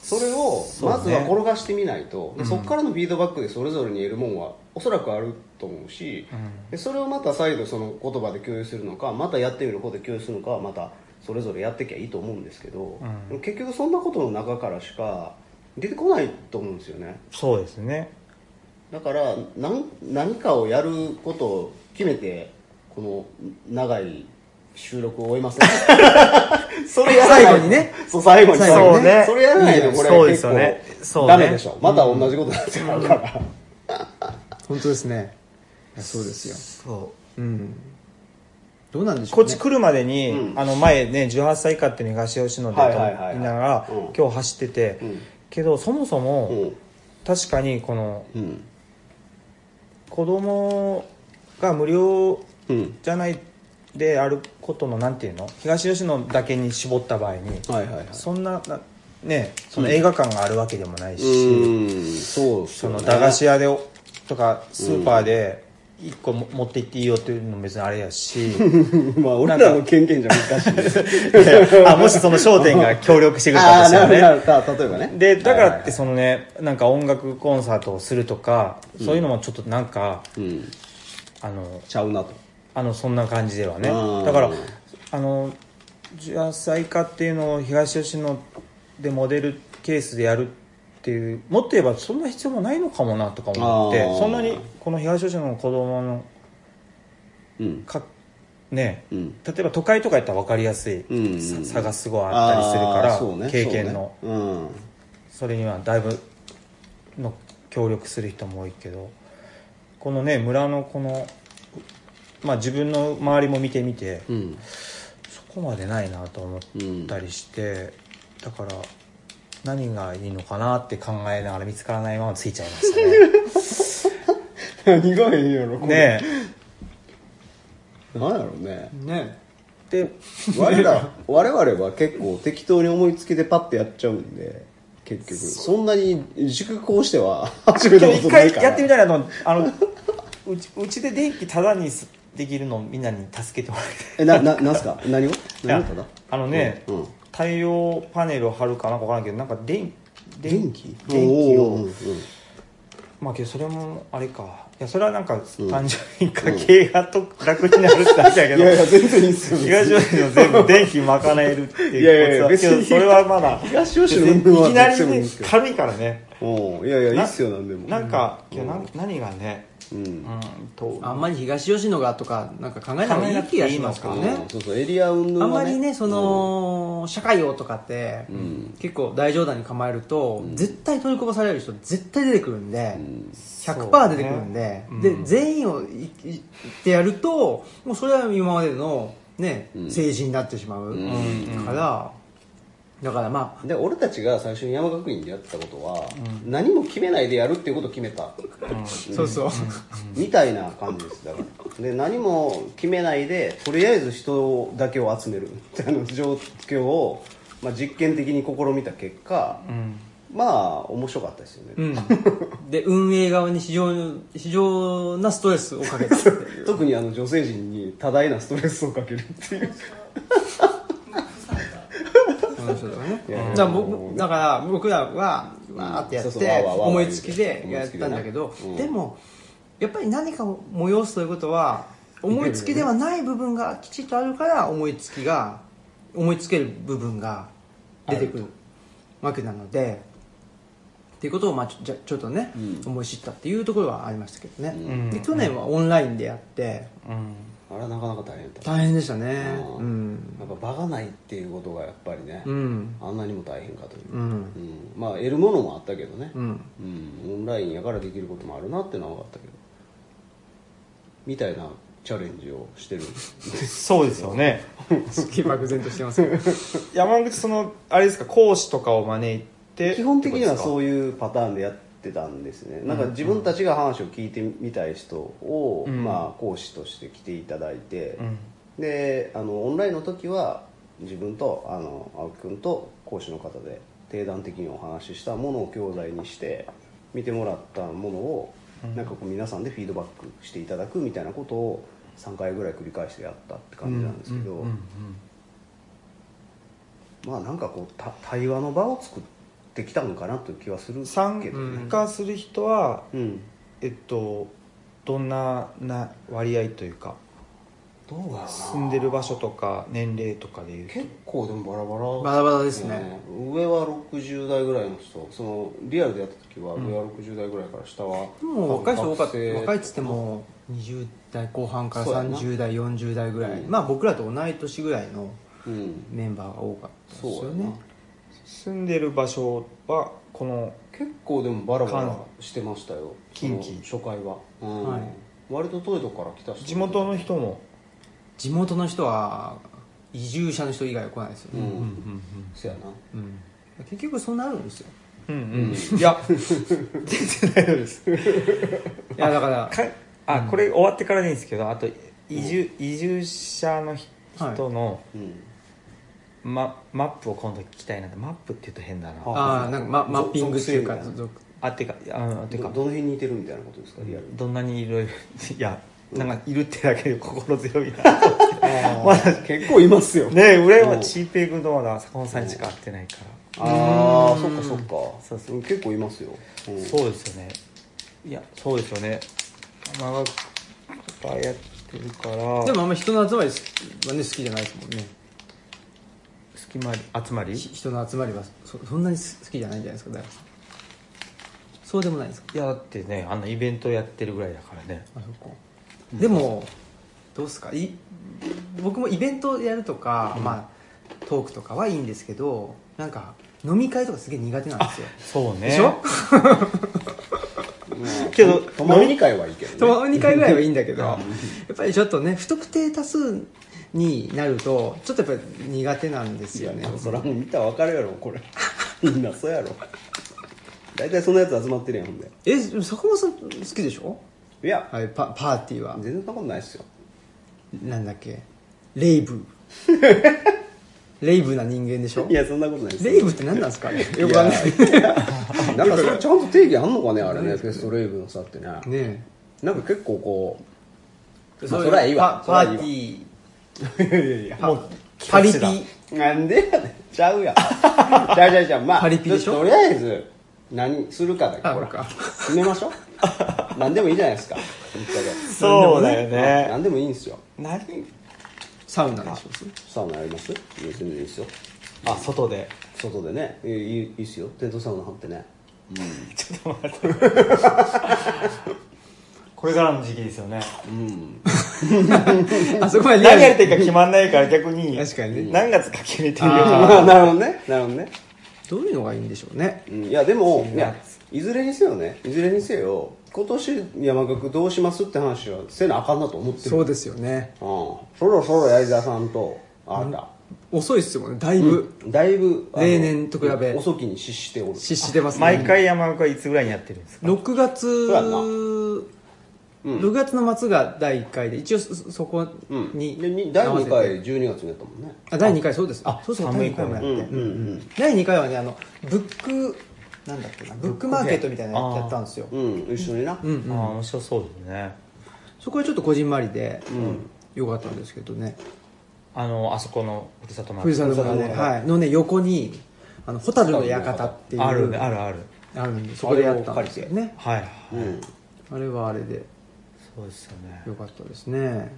それを
そうね
まずは転がしてみないとでそこ、からのフィードバックでそれぞれに得るもんはおそらくあると思うし、
うん
でそれをまた再度その言葉で共有するのかまたやってみることで共有するのかはまたそれぞれやってきゃいいと思うんですけど、
うん
でも結局そんなことの中からしか出てこないと思うんですよね
そうですね
だからなん何かをやることを決めてこの長い収録を終えませんそれやらないと
最後にね
そう最後に
最後にね
それやらないとこれ
そうです
結
よ
構
ねそうね
ダメでしょまた同じことになっちゃうから、
本当ですねいやそうですよ
そう
うんどうなんでしょ
こ
う
っ
ね
ち来るまでに、
うん
あの前ね18歳以下っていう東吉野でと
は
言
い
い
はいはいはい
ながら
うん
今日走ってて、
うん
けどそもそも、
うん
確かにこの
うん
子供が無料
うん
じゃないであることのなんていうの東吉野だけに絞った場合に、
はいはいはい
そんななねその映画館があるわけでもないし、
うんそうっす
そ
よね
の駄菓子屋でおとかスーパーで1個も持って行っていいよっていうのも別にあれやし
まあ俺らの権限じゃ難し いです
あもしその商店が協力してくれた
あ
と
あ
した
な
らね
るほど例えばね
でだからって
の
そのねなんか音楽コンサートをするとか、そういうのもちょっとなんか
うん
あの
ちゃうなと
あのそんな感じではね
うん
だからあの18歳以下っていうのを東吉野でモデルケースでやるっていうもっと言えばそんな必要もないのかもなとか思って
あー
そんなにこの東吉野の子供の
うん
かね
うん
例えば都会とかやったら分かりやすい、
うん
さ差がすごいあったりするから
あーそうね
経験の。
そうねうん
それにはだいぶの協力する人も多いけどこのね村のこのまあ自分の周りも見てみて、
うん
そこまでないなと思ったりして、だから何がいいのかなって考えながら見つからないままついちゃいました ね
何がいいんやろこれ
ね
何やろうね
ね
えで
我ら我々は結構適当に思いつきでパッてやっちゃうんで結局そんなに熟考しては始めた
今日
こと
一
な
回
いから
やってみたいなと思ってあのうちうちで電気タダにすできるのをみんなに助けてもらいたい
えなななんすか何を何をた
いや
だ
あのね、
うんうん
太陽パネルを貼るかなんかわからんけどなんか電
電気
電気
おーうん
を
うん
まあけどそれもあれかいやそれはなんか単純に家計がと、楽になるって話やけ
い
ど
やいや全然いいっすよ
東吉野全部電気賄えるって
いやいやい
いう
や
コツだけど
別に
それはまだ
東吉野の部分はい
きなり
どっちでもいいん
ね
ですけど
軽いからね
おーいやいやいい
な
っすよなんでも
なんか、
うん
けどなん何がね
うん
うんと
あんまり東吉野がとかなんか考えな
考
く
え
てい
ないくて
気がしますけど
いい
ね
の
そうそうエリア運動
あんまりねその、社会をとかって、
うん
結構大冗談に構えると、絶対取りこぼされる人絶対出てくるんで、
うん
100%出てくるんで,、
そうね
で
うん
全員をいい言ってやるともうそれは今までの、ね
うん
政治になってしまう、
うん
からだからまあ
で俺たちが最初に山学院でやってたことは、何も決めないでやるっていうことを決めた、
そうそう、
みたいな感じですだからで何も決めないでとりあえず人だけを集めるみたいな状況を、まあ、実験的に試みた結果、
うん
まあ面白かったですよね、
うん、 で運営側に非常に非常なストレスをかけたってい う
特にあの女性陣に多大なストレスをかけるっていう
話だね
いやいや
だから
もう
僕
ね
だから僕らはわーってやっ
そうそうわー
て
わーわー
思いつきで
思い
やっ
つきでね
たんだけど
うん
でもやっぱり何かを催すということは思いつきではない部分がきちっとあるから思いつきが思いつける部分が出てくるわけなのでっていうことをまあちょじゃちょっとね
うん
思い知ったっていうところはありましたけど
う
ね
ん
で去年はオンラインでやって
うん
あれはなかなか大変だった
大変でしたね
う
うん
やっぱ場がないっていうことがやっぱりね、
うん
あんなにも大変かという、
うん
うんまあ得るものもあったけどね、
うん
うん、オンラインやからできることもあるなってのは分かったけどみたいなチャレンジをしてる
そうですよね
すっげえ漠然としてますけど
山口そのあれですか講師とかを招いて
基本的にはそう
いう
いうパターンでやってたんですねなんか自分たちが話を聞いてみたい人を、
うん
まあ、講師として来ていただいて、
うん
であのオンラインの時は自分とあの青木君と講師の方で定談的にお話ししたものを教材にして見てもらったもの
う
を、
ん
なんかこう皆さんでフィードバックしていただくみたいなことを3回ぐらい繰り返してやったって感じなんですけど、
うんうん
まあなんかこうた対話の場を作ってきたのかなという気はする
うん
け
参
どね。
加する人は
うん
えっとどんなな割合というか
どうだろうな
住んでる場所とか年齢とかでいうと
結構でもバラバラ
バラバラですね
うん上は60代ぐらいの人そのリアルでやった時は上は60代ぐらいから下は、
でも若い人多かっ
学
た
生
若いっつっても20代後半から
そうやな
30代40代ぐらい、
うん
まあ僕らと同い年ぐらいの
うん
メンバーが多かったです
そうや
よ
な
ね
住んでる場所はこの
結構でもバラバラしてましたよ
近畿
その初回は、うん
はい
割と遠いとこから来た人
地元の人も
地元の人は移住者の人以外は来ないですよ
うん、
ね、
そやな
うん結局そうなるんですよ
うんうんい や全然大丈夫です
いやだから
かあこれ終わってからでいいんですけどあと移住,、移住者のひ
はい
人の、
うん
ま、マップを今度聞きたいなマップって言うと変だな
あ
あ
ああなんかママッピングっていうか
属性み
属
てかあのて
ど
か
どの辺に似てるみたいなことですかリアル
どんなにいろいろいやなんかいるってだけで心強いな まだ
結構いますよ
ね俺は
うん
チーペイ君とまだ坂本さんにしか会ってないから
ああ
う
そっ
ん
かそっか
そうそ
ん結構いますよ、うん
そうですよねいやそうですよね長くやってるから
でもあんまり人の集まりはね好きじゃないですもんね
隙間集まり
ひ人の集まりはそそんなに好きじゃないんじゃないですか大悟さんそうでもないですか
いやだってねあんなイベントやってるぐらいだからね
あそこでもどうっすかい僕もイベントやるとか、まあ、トークとかはいいんですけどなんか飲み会とかすげえ苦手なんですよ
そうね
でしょ
うん
けど
泊まりに会はいいけどね
と2回ぐらいはいいんだけどやっぱりちょっとね不特定多数になるとちょっとやっぱり苦手なんです
いや
よ
ね
ね
そらもう見たら分かるやろこれ みんなそうやろ大体そのやつ集まってるやんほんで
え坂本さん好きでしょ
いや
はいパパーティーは
全然そんなことないっすよ
なんだっけレイブレイブな人間でしょ
いやそんなことないっすよ
レイブって何なんですかねよくわかんない
なんかそれちゃんと定義あんのかねあれねフェストレイブの差ってね
ね
なんか結構こ
え
まあそりゃいいわ
パ
そりゃいい
パ
わ
ーティー
ういやいやいや
もうパリピ
なんでやねんちゃ うやんちゃうちゃうちゃうまあ
パリピでしょ
とりあえず何するかだけ
あ
ほら
そっか
決めま しょう何でもいいじゃないですか本
そうだよ
当で
ね
何でもいいんですよ
何
サウナでしょ
サウナやりますいや全然いいっすよ
あ外で
外でねいいいいいいっすよテントサウナ張ってね
ちょっと待ってこれからの時期ですよね
うん
あそこまでリア
何
ル
やりたいか決まんないから逆に
確かにね
何月か決めてみようか
まあ なるほどねなるほどね
どういうのがいいんでしょうね
うんいやでもいやいずれにせよねいずれにせよ今年山岳どうしますって話はせなあかんなと思ってる
そうですよね
うん、そろそろ矢沢さんとあんた、
遅いっすもんねだいぶ
だいぶあの
例年と比べ
遅きに失しておる
失してます
な
ね
毎回山岡いつぐらいにやってるんですか
6月
うやなうん
6月の末が第1回で一応そそこ
うん
に
でに第
合わ
2
せて
回12月にやったもんね
あ第2回そうですあそうそう
寒
第
い
2回もやっ
うんうん
て
うん
第2回はねあのブックなんだっけなブックマーケットみたいなやつやったんですよ
うん、一緒にな、
うん
ああ
うん
面白そうですね
そこはちょっとこじんまりで
ん
よかったんですけどね
あのあそこのふるさとマーケ
富
ッ
士
ト
山の
ふるさとのね
はいのね横にあの蛍の館っていう
あるねあるある
あるんでそこでやったんですよね
はいはい
うん、
あれはあれで
そうですよね
よかったですね
何
ね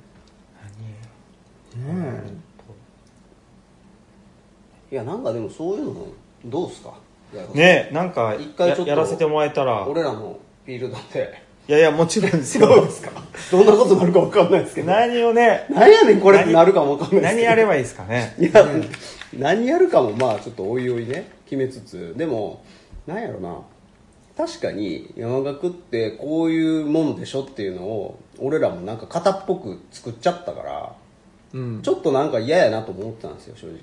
いやなんかでもそういうのどうっすか矢沢さん
ねえなんか
一回
や
ちょっと
やらせてもらえたら
俺らのフィールドで
いやいやもちろんですよ
どんなことになるか分かんないですけど
何を ね
何やねんこれってなるかも分かんない
何
です
やればいいですかね
けど いや何やるかもまあちょっとおいおいね決めつつでもなんやろな確かに山岳ってこういうもんでしょっていうのを俺らもなんか型っぽく作っちゃったから
うん
ちょっとなんか嫌やなと思ってたんですよ正直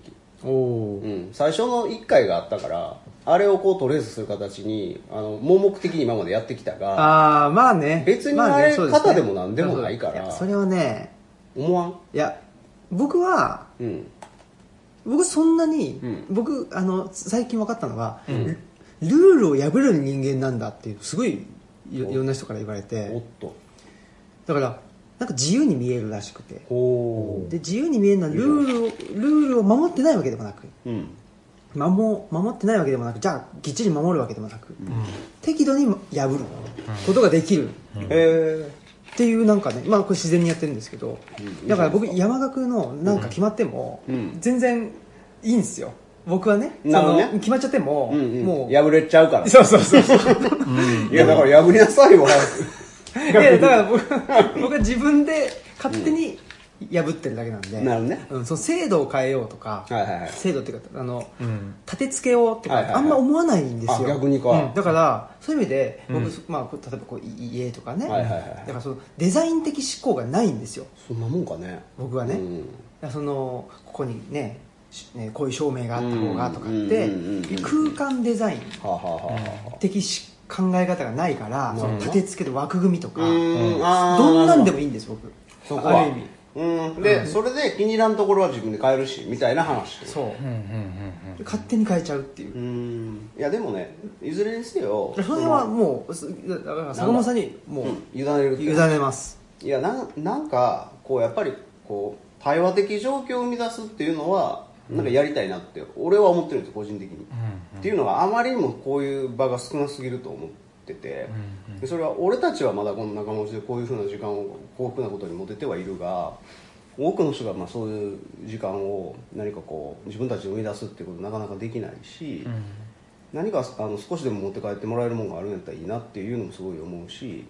おおー
うん、最初の1回があったからあれをこうトレースする形にあの盲目的に今までやってきたが
ああまあね
別に
ま
あれ
そうす
肩でも何でもないから
やそれはね
思わん
いや僕は
うん
僕そんなに、
うん
僕あの最近分かったのは、
ん
ルルールを破る人間なんだっていうすごいいろいろんな人から言われ
おってと
だからなんか自由に見えるらしくて
ほ
で自由に見えるのはルールをルールを守ってないわけでもなく
ううん
守守ってないわけでもなくじゃあきっちり守るわけでもなく、適度に破ることができる、
へえ
っていうなんかねまあこれ自然にやってるんですけど、
うん
だから僕山岳のなんか決まっても、
うん
全然いいんですよ僕はね
なるほどね
その決まっちゃっても、
うんうん
もう
破れちゃうから
そうそうそうそう
いやだから破りなさいよ 早
いやだから僕僕は自分で勝手に破ってるだけなんで、
くなるね
うん、その制度を変えようとか、
はいはいはい
制度っていうかあの
うん
立て付けをと
はいはい
か
はい
あんま思わないんですよ、
あ逆にか
うんだからそういう意味で僕、
うん
まあ、こう例えばこうい家とかね、
はいはいはい
だからそのデザイン的思考がないんですよ
そんなもんかね
僕はね、
うん
だからそのここにねしねこういう照明があった方がとかって
うんうんうんうん
空間デザイン
はあはあはあはあ
的し考え方がないから
ん
その立て付けで枠組みとか
うんあー
どんなんでもいいんです僕
そこ
あ
は
る意味
うんでそれで気に入らんところは自分で変えるしみたいな話
そう
うんうんうんうん
勝手に変えちゃうっていうう
うんいやでもねいずれにせよ
その辺はもうすだから坂本さんにも
うん
う
委ねるって
委ねます
いやなんなんかこうやっぱりこう対話的状況を生み出すっていうのはなんかやりたいなって俺は思ってるんですよ個人的に、っていうのがあまりにもこういう場が少なすぎると思ってて、でそれは俺たちはまだこの仲間内でこういうふうな時間を幸福なことに持ててはいるが多くの人がまあそういう時間を何かこう自分たちで生み出すっていうことなかなかできないし、何かあの少しでも持って帰ってもらえるものがあるんやったらいいなっていうのもすごい思うし、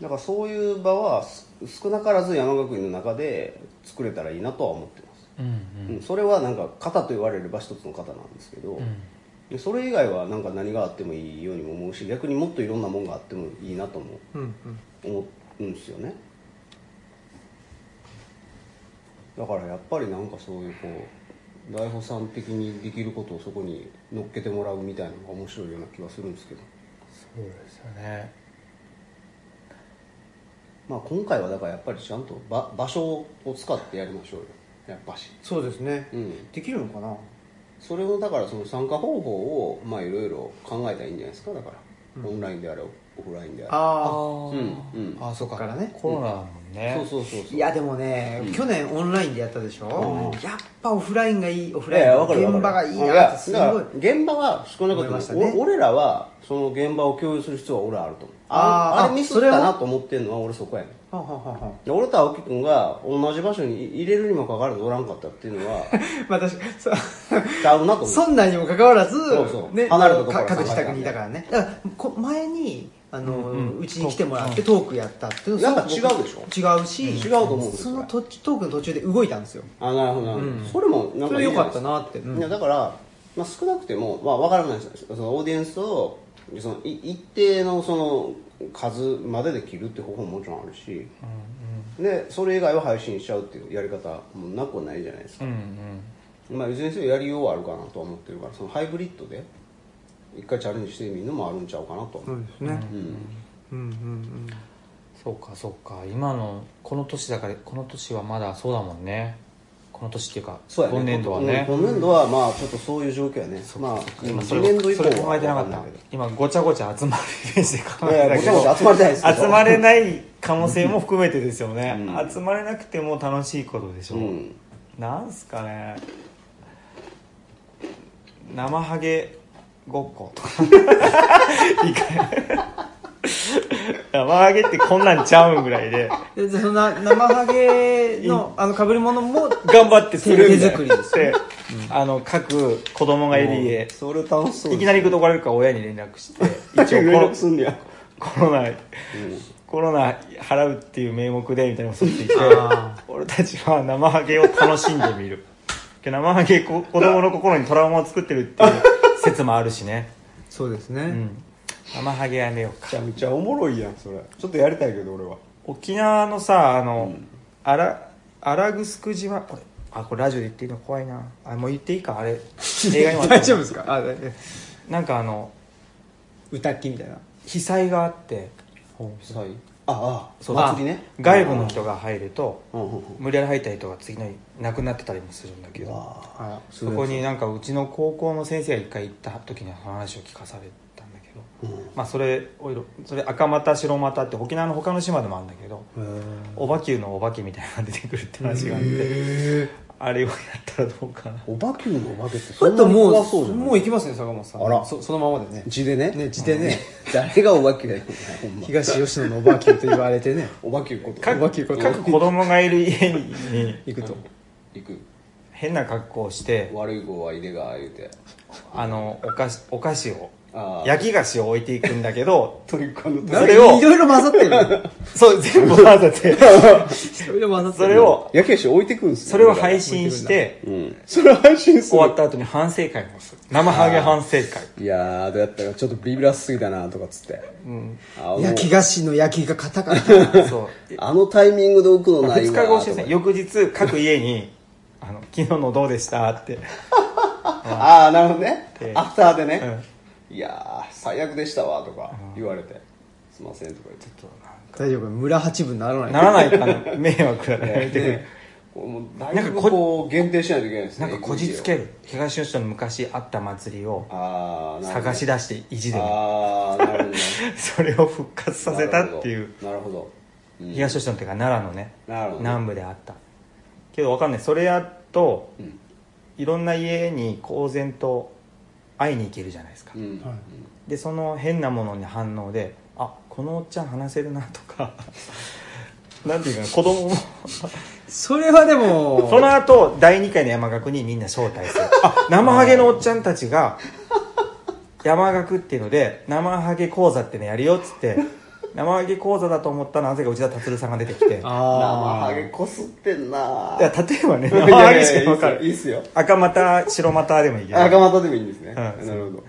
だからそういう場はす少なからず山学院の中で作れたらいいなとは思ってます、
うん
うんそれはなんか型と言われれば一つの型なんですけど、でそれ以外はなんか何があってもいいようにも思うし逆にもっといろんなもんがあってもいいなとも
うんうん
思うんですよねだからやっぱりなんかそういうこう大保さん的にできることをそこに乗っけてもらうみたいなのが面白いような気がするんですけど
そうですよね
まあ今回はだからやっぱりちゃんと場場所を使ってやりましょうよやっぱし
そうですね
うん
できるのかな
それをだからその参加方法をまあいろいろ考えたらいいんじゃないですかだからオンラインであれオフラインであれ
あ
あ
うんうん
あそうか
からね
コロナだもんね
そうそうそうそう
いやでもね、去年オンラインでやったでしょ、
うん
やっぱオフラインがいいオフ
い
ライ
や
ン
いやわかるわかる
現場がいい
や
なってす
だ
ごい
から現場は少なく
思いまし
と
た
も、
ね
お俺らはその現場を共有する必要は俺はあると思う
あ
あ
ー
れ
あ
ミスっ
それ
た
は
なと思ってんのは俺そこやねん
はあはあはあはあ
で俺と青木君が同じ場所に入れるにもかかわらずおらんかったっていうのは
まあ確かにそう
ちゃうなと 思う
そんなんにもかかわらず
そうそう
ね
離れたところ
か
から
各自宅にいたからねだからこ前にああの、う
うんうん
ちに来てもらってトークやったっていう
やっぱ
す
違
ごく
うでしょ
違うし、
違うと思うんですよ
そのとトークの途中で動いたんですよ
あなるほどなるほど、
うん
それもなん
そ
かい
れ
い
良
じゃ
か
い
っ
です
たなって、うん
いやだから、まあ、少なくても、まあ、分からないですよそのオーディエンスをそのい一定のその数までで切るって方法ももちろんあるしでそれ以外は配信しちゃうっていうやり方もなくはないじゃないです
う
か、
んうん
まあ、いずれにせよやりようはあるかなとは思ってるからそのハイブリッドで一回チャレンジしてみるのもあるんちゃうかなと
そ
思う、
うですね、
うん
うん、うんうん
そうかそうか今のこの年だからこの年はまだそうだもんねこの年っていうか
そうやね
今年度はね、
うん今年度はまあちょっとそういう状況やね、まあ
今そ
次
れ
年度以
そ
降
れ
は
考えてなかった今ごちゃごちゃ集まるイメージで考
いや
えたけ
いやもちろ
ど
ん集まりたいですけど
集まれない可能性も含めてですよね、
うん
集まれなくても楽しいことでしょ、
うん
なんすかね生ハゲごっこと かいいかい生ハゲってこんなんちゃうんぐらいで
でそんな生ハ ゲのあの被り物も
頑張ってするんだよ
手作りです
であの各子供がいる家
それ楽しそうですね
いきなり行くと怒られるから親に連絡して一
一応
応
連
こ
絡すんねや
のコロナコロナ払うっていう名目でみたいなのを言っていて
あ
俺たちは生ハゲを楽しんでみるで生ハゲこ子供の心にトラウマを作ってるっていう説もあるしね、
そうですね、
うん、生ハゲやめよう
め
か
ちゃめちゃおもろいやんそれちょっとやりたいけど俺は
沖縄のさあの、あらアラグスク島これあこれラジオで言っていいの怖いなあもう言っていいかあれ映画にもあった
大丈夫ですかあだ
なんかあの
歌っきみたいな
被災があって
祭ああ
そう
祭りね
あ外部の人が入ると
うんうんうん
無理やり入った人が次の日亡くなってたりもするんだけど
あ
あ
あ
そこになんかうちの高校の先生が一回行った時に話を聞かされたんだけど、
うん
まあ、それおいろそれ赤股白股って沖縄の他の島でもあるんだけど
へ
おばきゅうのおばけみたいなのが出てくるって話があって
え
あれをやったらどうかな
おばきゅうのおばけって
ちょ
そ
っ
ん
と
なに
も
怖
う
そうじゃない
もう行きますね坂本さん
あら
そそのままでね
地でね
ね地でね
誰がおばきゅうやほんま
東吉野のおばあきゅうと言われてね
おばきゅうこと
各
おばきゅうこと
各子供がいる家に
行くと
行く
変な格好をして
悪い子は入れが言うて
あのお菓子お菓子を
ああ
焼き菓子を置いていくんだけど
トリコの
それを
いろいろ混ざってる
そう全部混ざ って
いろいろ混ざってる
それを
焼き菓子置いてくんすね
それを配信して
うんそれを配信す
終
る
わった後に反省会もする生ハゲ反省会
いやーどうやったかちょっとビビらしすぎだなとかっつって
うん
あもう
焼き菓子の焼きが硬 かったな
そう
あのタイミングで置くのない
2
わ
日越しですね
とか
翌日各家に「あの昨日のどうでした?」って
ああなるほどね
で
アフターでね、いやー最悪でしたわとか言われて、すいませんとか言って
大丈夫村八分ならない
ならないから迷惑だからやめてくれ
ねこうもうだい
なん
ぶ
かこ
こう限定しないといけないです
な
ね
んかこじつけ
る
る東吉野の昔あった祭りを
ああなるほど
探し出して意地でも
ああなるほどね
それを復活させたっていう
なるほどなるほど、うん
東吉野っていうか奈良のね
なるほど
南部であったけどわかんないそれやっと
うん
いろんな家に公然と会いに行けるじゃないですか、
うん
はい
でその変なものに反応であこのおっちゃん話せるなとか なんていうかな子供も
それはでも
その後第2回の山岳にみんな招待するあ生ハゲのおっちゃんたちが山岳っていうので生ハゲ講座ってのやるよっつって生ハゲ講座だと思ったらなぜか内田達さんが出てきていや
生
あ
ハゲこすってんな
例えばね生ハゲしか分か
いい
る
っすよ
赤股白股でもいいけど
赤股でもいいんですね、
ん
なるほど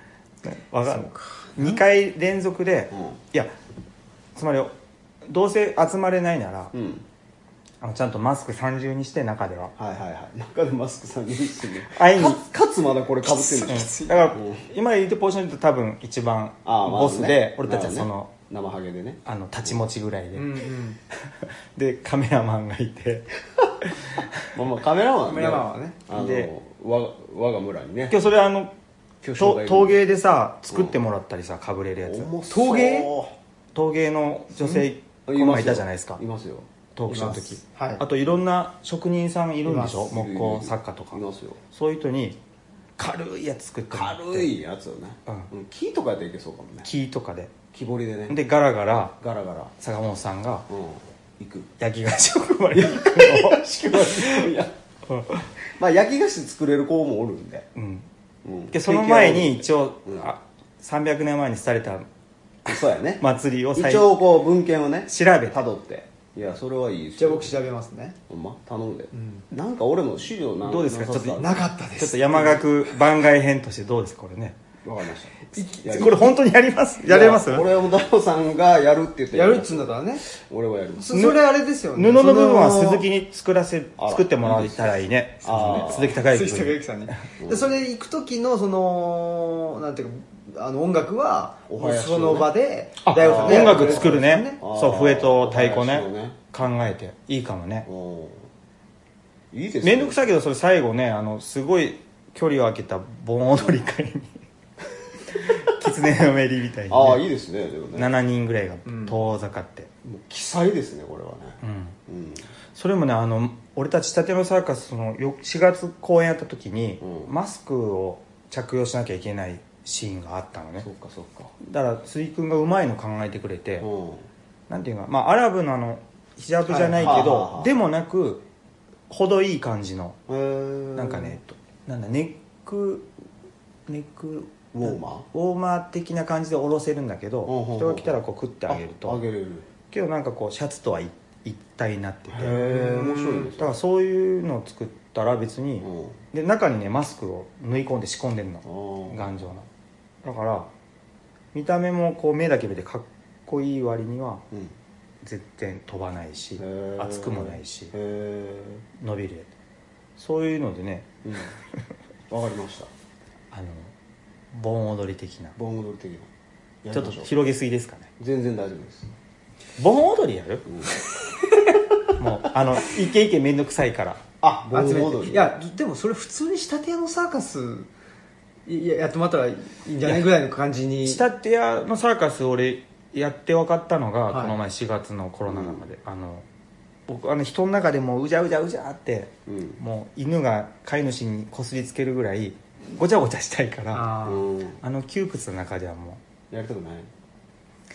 わかんない2回連続で、
うん
いやつまりどうせ集まれないなら、
うん
あのちゃんとマスク三重にして中では
はいはいはい中でマスクさんにしてね
あいに
かつかつまだこれかぶってんの
だから
うん
今言ってポーションで言うと多分一番
あーまあ
ボス
ね
で俺たちはそ
なる
の
ほどね生ハゲでね
あの立ち持ちぐらいで
うんうん
でカメラマンがいて
まあまあカメラマン
カメラマンはね
あ
で
の我我が村にね
今日それあの
今日
と
紹介
陶芸でさ作ってもらったりさかぶれるやつ
重そう
陶芸
陶芸の女性この前いたじゃないですか
いますよ
トークショーの時
いますはい
あといろんな職人さんいるんでしょ
い
木工作家とか
いますよ
そういう人に軽いやつ作ってもらって
軽いやつをね
うん
うん木とかやったらいけそうかもね
木とかで
木彫りでね
でガラガラ
ガラガラ
坂本さんが
うん行く
焼き菓子を配りに行く
いや まあ焼き菓子作れる子もおるんで
の、うん、
うん
でその前に
経験
一応、
うん
あ300年前に廃れた
そうやね
祭りを最
一応こう文献をね
調べた
たどっていやそれはいいです
じゃ
よ
あ僕調べますね
ほんま頼むで、
ん
なんか俺も資料なん
どうですか
なさそ
ちょっと
なかったで
ち
す
ょっと山岳番外編としてどうですかこれね
わかりました
これ本当にやりますやれます
いや俺もダオさんがやるって言って
やるっつうんだったらね
俺はやります
そそれあれですよ
布
ね
の部分は
そ
鈴木に作らせ
あら
作ってもらえたらいいね
あー
鈴木孝之
鈴木孝之さんねでそれ行く時のそのなんていうかあの音楽は
お囃子をね
その場で
あ
大悟さんね
音楽作るね
あー
そう笛と太鼓ね
そうね
考えていいかもね
おーいいですね
面倒くさいけどそれ最後ねあのすごい距離を空けた盆踊り 会に狐のめりみたいに、
ああい
ね
いですねでもね
7人ぐらいが遠ざかって、
もう奇才ですねこれはね
うん
うん
それもねあの俺たち立山サーカスのよ4月公演やった時に、
うん
マスクを着用しなきゃいけないシーンがあったのね
そうかそうか
だから鈴木君がうまいの考えてくれて、
うん
なんていうかまあアラブのあのヒジャブじゃないけど、
はいはいはいはい
でもなく程いい感じの
えー
なんかね、えっとなんだネックネック
ウォーマー
ウォーマー的な感じで下ろせるんだけど、
うんうんうん
人が来たらこう食ってあげる
あ
と
げれる
けどなんかこうシャツとは一一体になってて
へえ面白いで
だ
す
か
ね
らそういうのを作ったら別に、
うん
で中にねマスクを縫い込んで仕込んでるの
あ
頑丈なだから見た目もこう目だけ見てかっこいい割には
ーうん
絶対飛ばないし
へー
熱くもないし
へえ
伸びるそういうのでね
うんわかりました
あの盆踊り的な
盆踊り的な
ちょっと
やりましょう
広げすぎですかね
全然大丈夫です
盆踊りや る
うん
もうあのイケイケめんどくさいから
あ盆
集
踊
め
り
ていやでもそれ普通に仕立て屋のサーカスいややってもらったらいいんじゃないぐらいの感じに
仕立て屋のサーカス俺やって分かったのが、
はい
この前4月のコロナの中で、あの僕あの人の中でもううじゃうじゃうじゃって
うん
もう犬が飼い主にこすりつけるぐらいごちゃごちゃしたいからあ
あー
うん
の窮屈の中ではも
やりたくない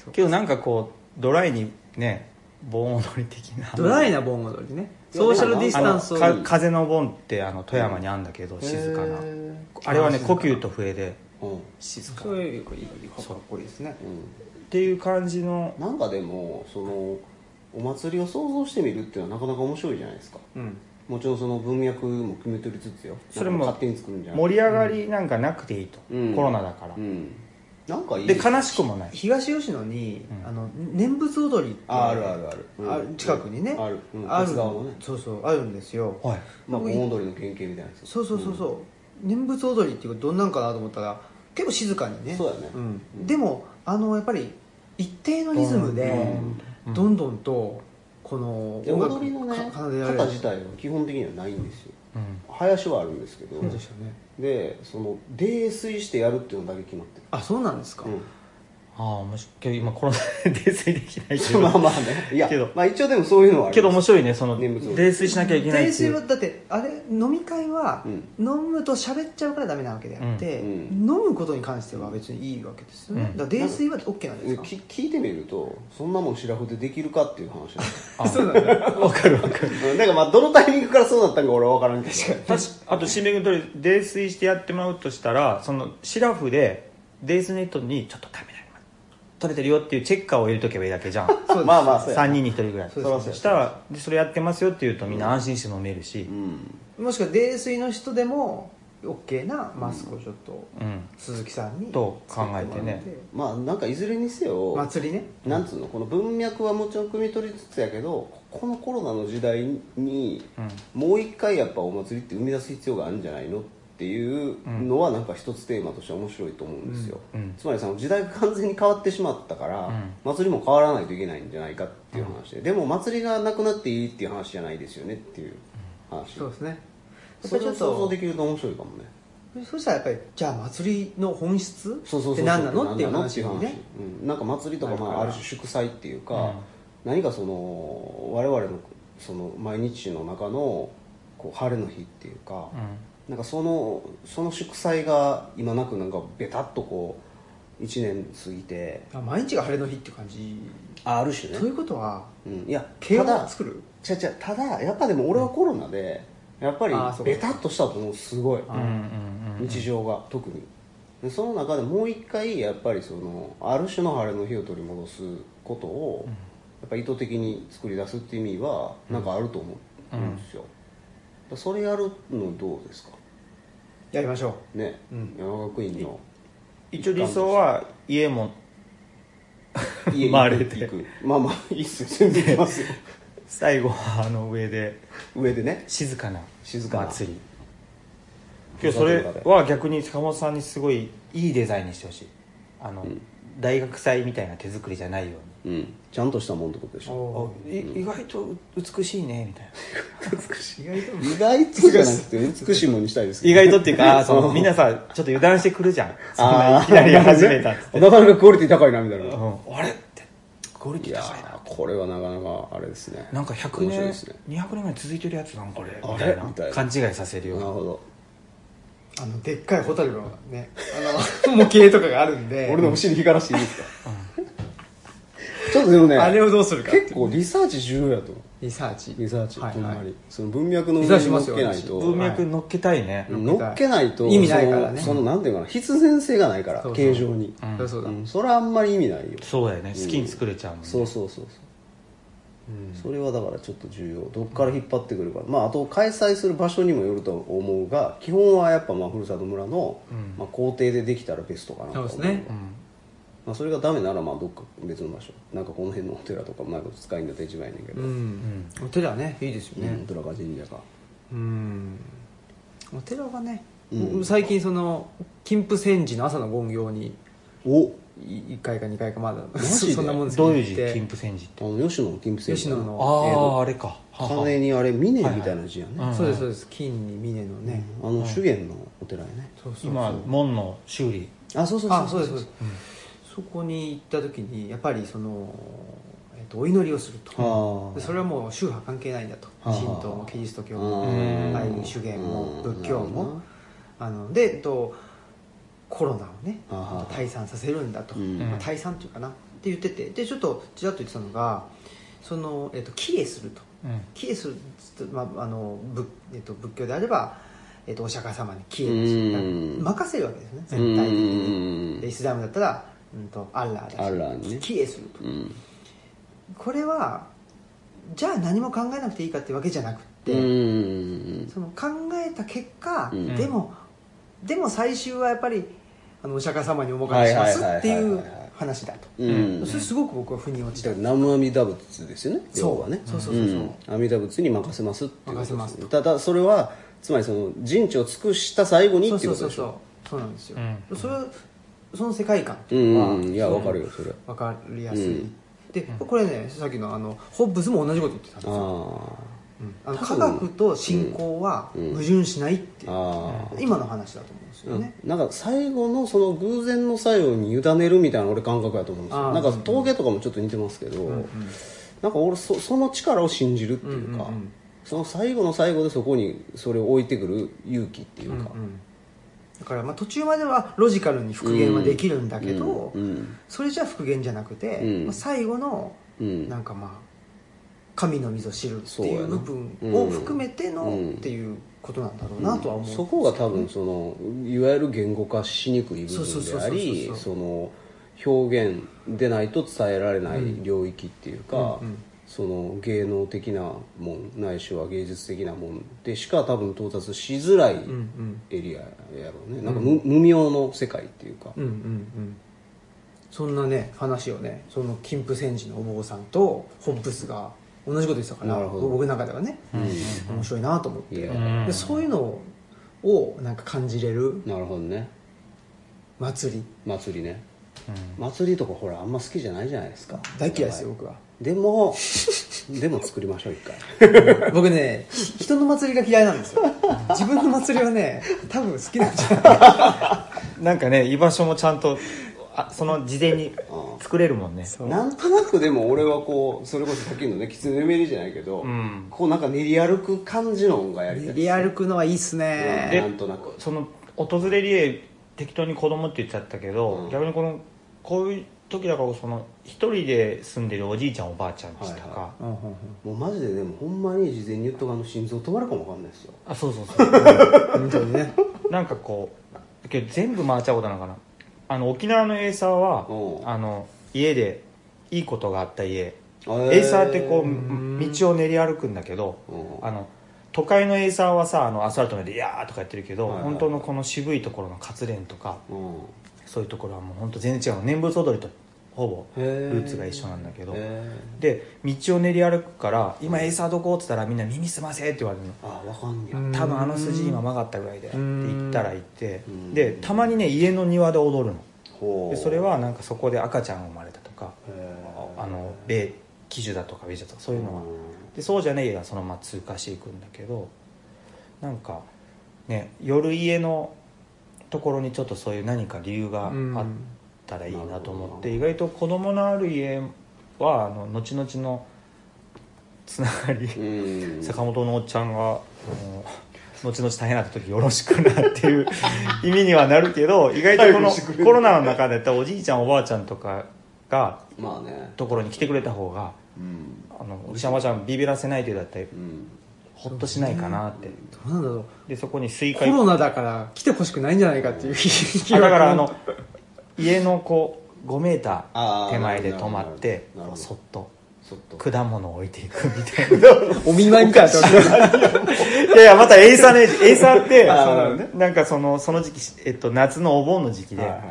う
けどなんかこうドライにね盆踊り的な
ドライな盆踊りね
いや
ソーシャルディス
あ
タ
の
ンスを
か風の盆ってあの富山にあんだけど静かな
へー
あれは
あ
ね
静
呼
かな
吸と笛で
うん
静か
そういうかっこいいですね
う
っ
ん
ていう感じの
なんかでもそのお祭りを想像してみるっていうのはなかなか面白いじゃないですか
うん
もちろんその文脈も決め取りつつよ
それも
なんか勝手に作るんじゃない
盛り上がりなんかなくていいと、
うん
コロナだから、
うんなんかいい
で
です
悲しくもない
東吉野に、
うん
あの念仏踊りって
ああるあるある、うん
ある近くにね、
ある、うん、
あ
あ
る
る側もね
そうそうあるんですよ
はい
まあ
僕い
盆踊りの原型みたいなやつ
そうそうそうそう、念仏踊りっていうかどんなんかなと思ったら結構静かにね
そうだね
ん
うん
でもあのやっぱり一定のリズムで
うん
どんどんとこの
で踊りのね
か奏でられる
肩自体は基本的にはないんですよ
うん
林はあるんですけど
そうでしたね
でその泥酔してやるっていうのだけ決まって
あそうなんですか、
る、うん
ああ面白いけど今コロナで 泥酔できないけど
まあまあねいや
けど
まあ一応でもそういうのはあり
けど
ます
面白いねその
念仏を
泥酔しなきゃいけない
泥
ってい
酔は
う
だってあれ飲み会は、
うん
飲むと喋っちゃうからダメなわけであって、
うん
飲むことに関しては別にいいわけですよね、
うん
だから泥酔は OK なんですか、
き聞いてみるとそんなもん白フでできるかっていう話なんですよ
あ
そうなんだ
わかるわかる
うんだからまあどのタイミングからそうだったんか俺は分からんけど
確かあと新聞の通り泥酔してやってもらうとしたらそのシラフで泥酔ネットにちょっとダメだよ取れてるよっていうチェッカーを入れとけばいいだけじゃん
そうです
まあまあそうや
3人に1人ぐらい
そうそうそう
したらでそれやってますよって言うとみんな安心して飲めるし
うん
もしくは泥酔の人でも OK なマスクをちょっと
うん
鈴木さんに
と考えてね
まあなんかいずれにせよ、
祭りね
なんつうのこの文脈はもちろん汲み取りつつやけどこのコロナの時代に
うん
もう一回やっぱお祭りって生み出す必要があるんじゃないのっていうのはなんか一つテーマとして面白いと思うんですよ、
うんうん
つまりその時代が完全に変わってしまったから、
うん
祭りも変わらないといけないんじゃないかっていう話で、でも祭りがなくなっていいっていう話じゃないですよねっていう話、
そうですね
それを想像で
き
きると面白いかもね
そしたらやっぱりじゃあ祭りの本質
そうそうそう
って何なのっていう話
何な
に
のっ
ね
ていう話うん、なんか祭りとか、ま
なる
あ、
から
ある種祝祭っていうか、
うん
何かその我々のその毎日の中のこう晴れの日っていうか、なんかそのその祝祭が今なくなんかベタっとこう1年過ぎて
あ毎日が晴れの日っていう感じ
あある種
ということは
うん、いや
慶
た
応
だ
を作る
違う違うただやっぱでも俺はコロナでやっぱり
あーそうか
ベタっとしたと思うすごい
うんうんうんうん
日常が特にでその中でもう一回やっぱりそのある種の晴れの日を取り戻すことを、やっぱ意図的に作り出すっていう意味はなんかあると思うんですよ、だそれやるのどうですか
やりましょ
ね、
うん
山学院の
一応理想は家も
家に
回れ
行く
て
まあまあいいっすよ全然行きますよ
最後はあの 上で
上でね
静かな
静かな
祭り今日それは逆に坂本さんにすごいいいデザインにしてほしいあの、大学祭みたいな手作りじゃないよ
うんちゃんとしたもんってことでし
う
ょ
うに、い意外と美しいねみたいな
意外と
意外とじゃなくて美しいもんにしたいです け
意
ど
外とっていうかあーそ
う
のみんなさちょっと油断してくるじゃんそん
あ
な
あ
いきなり始めたっつって、
なかなかクオリティ高いなみたい な
う
い
ん、あれってクオリティ
や
高いな
ーこれはなかなかあれですね
なんか100
面白い
年、
ですね
200年ぐらい続いてるやつなんこれみ
あ
た
れ
いな
みたいな
勘違いさせる
な
よ
る
うな
ほ ど
あのでっかいホタルの ねあの模型とかがあるんで
俺のお尻光らしていいですかちょっとでもね
あれをどうするかっていう
結構リサーチ重要やと思う
リサーチ
リサーチ
はい
ほん
は
ま
い
にその文脈の
リ
上
サーチし
に
ま
乗
す
っ
よ
けないと
文脈乗っけたいね、
うん
乗っけないと
意味ないからね
そのそのなんていうかな必然性がないから
そうそう
形状に
うん
そうそうだ
うんそれはあんまり意味ないよ
そうだよね好きに作れちゃうもんね、
そうそうそうそうそれはだからちょっと重要どっから引っ張ってくるか、まあ、あと開催する場所にもよると思うが基本はやっぱまあふるさと村の、
うん
まあ、校庭でできたらベストかなと思
そうですね
うん
まあ、それがダメならまあどっか別の場所なんかこの辺のお寺とかうまいこと使いんだって一番やねんけど、
う
うん
んお寺はねいいですよね
お寺か神社か
うんお寺がね、
うん
僕最近その金峰山寺の朝の勤行に
お
1回か2回かまだ
ジで
そんなもんですけ
ど
ど
ういう字
行って
金峰戦時って
あの吉野の金峰
吉野の
あああれかはは
金にあれ峰みたいな字やね、
はいはい
そうですそうです金に峰のね、
あの修験のお寺やね、
そうそう
今門の修理
あそうそうそう
あそうですそうです、そこに行った時にやっぱりその、えっとお祈りをすると
はあ
でそれはもう宗派関係ないんだと
はあ
神道もキリスト教
う
も
ん
ああいう修験も
うん
仏教
なるほ
もあので、えっと、コロナをね
はあはあ
退散させるんだと、
うん
まあ、退散っていうかなって言っててでちょっとちらっと言ってたのがその、えっと、綺麗すると
うん
綺麗するつってまああの仏えっと、仏教であれば、えっと、お釈迦様に綺麗にす
う
る
ん
任せるわけですね
う
絶対的に。
ん
でイスラムだったら、うん、とアッラーだし
アッラーにね
帰依すると
うん
これはじゃあ何も考えなくていいかってわけじゃなくって、
うん
その考えた結果、
うん
でもでも最終はやっぱりあのお釈迦様にお任せしますっていう
はいはいはいはいはい
話だと、
うん
それすごく僕は腑に落ち
だ
た、
から南無阿弥陀仏ですよね
そう
要はね
そうそうそうそうん
阿弥陀仏に任せますっていうことですね
任せます
ただそれはつまりその人知を尽くした最後に
そう
っていう
そう
こと
そう
でし
そ
ょ
うそうなんで
う
すよ、
ん
それその世界観って
う
いうのは、
んうんいやわかるよそれあ
分かりやすい、
うん
でこれねさっきのあのホッブスも同じこと言ってたんです
あ
よ
ー
あの
多
科
分
学と信仰は矛盾しないっていう、
あー
今の話だと思うんですよね、
なんか最後のその偶然の作用に委ねるみたいな俺感覚やと思うんです
あ
よ
ー
なんか峠とかもちょっと似てますけど、なんか俺そその力を信じるっていうか、
うんうんうん
その最後の最後でそこにそれを置いてくる勇気っていうか、
うんだからまあ途中まではロジカルに復元はできるんだけど、
うん
それじゃ復元じゃなくて、
うん
まあ最後の
うん
なんかまあ神の溝知るって
そう
い
や
う
な
部分を含めての
うん
っていうことなんだろうなとは思う、
そこが多分そのいわゆる言語化しにくい部
そうそう
分
そう
で
そう
あり
そう
その表現でないと伝えられない領域っていうか、
うんうん
その芸能的なもんないしは芸術的なもんでしか多分到達しづらい
うんうん
エリアやろうね、なんか無無名の世界っていうか、
うんうんうんそんなね話をねその金峰戦時のお坊さんとホッブスが同じこと言ってたから
なるほど
僕の中ではね、面白いなと思っ
い
て、
や
でそういうのをなんか感じれる
なるほどね
祭り
祭りね、祭りとかほらあんま好きじゃないじゃないですか
大嫌いですよ僕 は
でもでも作りましょう一 回
僕ね人の祭りが嫌いなんですよ自分の祭りはね多分好きなんじゃない
なんかね居場所もちゃんとあその事前に作れるもんね
そう
なんとなくでも俺はこうそれこそさっきのね狐のめりじゃないけど、
ん
こうなんか練り歩く感じの音がやりたい
リアルくのはいいっす
で
ね
なんとなく
その訪れりへ適当に子供って言っちゃったけど、
うん
逆にこのこういう時だからこそその一人で住んでるおじいちゃんおばあちゃんちとか、
はいは
うんうんうん
もうマジででもほんまに事前に言っとかんの心臓止まるかもわかんないですよ
あそうそうそう
本当にね
なんかこうけど全部回っちゃうことなのかなあの沖縄のエイサーは
うん
あの家でいいことがあった家
エ
エイサーってこ
ん
う道を練り歩くんだけど
うん
あの都会のエイサーはさあのアスファルトの上で「いやー」とかやってるけど、
はいはい
本当のこの渋いところの活連とか
うんへ
そういうところはもう本当全然違うの念仏踊りとほぼ
え
ルーツが一緒なんだけど
へえ
で道を練り歩くから「今エイサーどこ?」っつったらみんな「耳すませ」って言われるの
あわかんねや
うん
多分あの筋今曲がったぐらいでって
うん
言ったら行って
うん
でたまにね家の庭で踊るの
ほ
で
う
それはなんかそこで赤ちゃんが生まれたとか
へえ
あの米喜寿だとか米寿だとかそういうのは
う
でそうじゃねえ家がそのまま通過していくんだけどなんかね夜家のところにちょっとそういう何か理由が
うん
あったらいいなと思って、
うん
意外と子供のある家はあの後々のつながり、
んうん
坂本のおっちゃんがあの後々大変な時よろしくなって いう意味にはなるけど意外とこ
配慮
の
してくれる
コロナの中でやったらおじいちゃんおばあちゃんとかが
まあね
ところに来てくれた方が
うん
あのおじいちゃんおばあちゃんビビらせない程度だったり
うん
ほっとしないかなって
どうなんだろう
でそこにスイ
コ
カいっ
ロナだから来てほしくないんじゃないかっていう気
あ
が
だからあの家のこう5メータ
あ
ー
ー
手前で止まって
なるほどなるほど
そっと
そっと
果物を置いていくみたい な
お見舞いみたいな
やいやまたエイサーのエイジエイサーって
あー
そ
なる
の
ほどね
なんかそのその時期、えっと、夏のお盆の時期で、
はいはい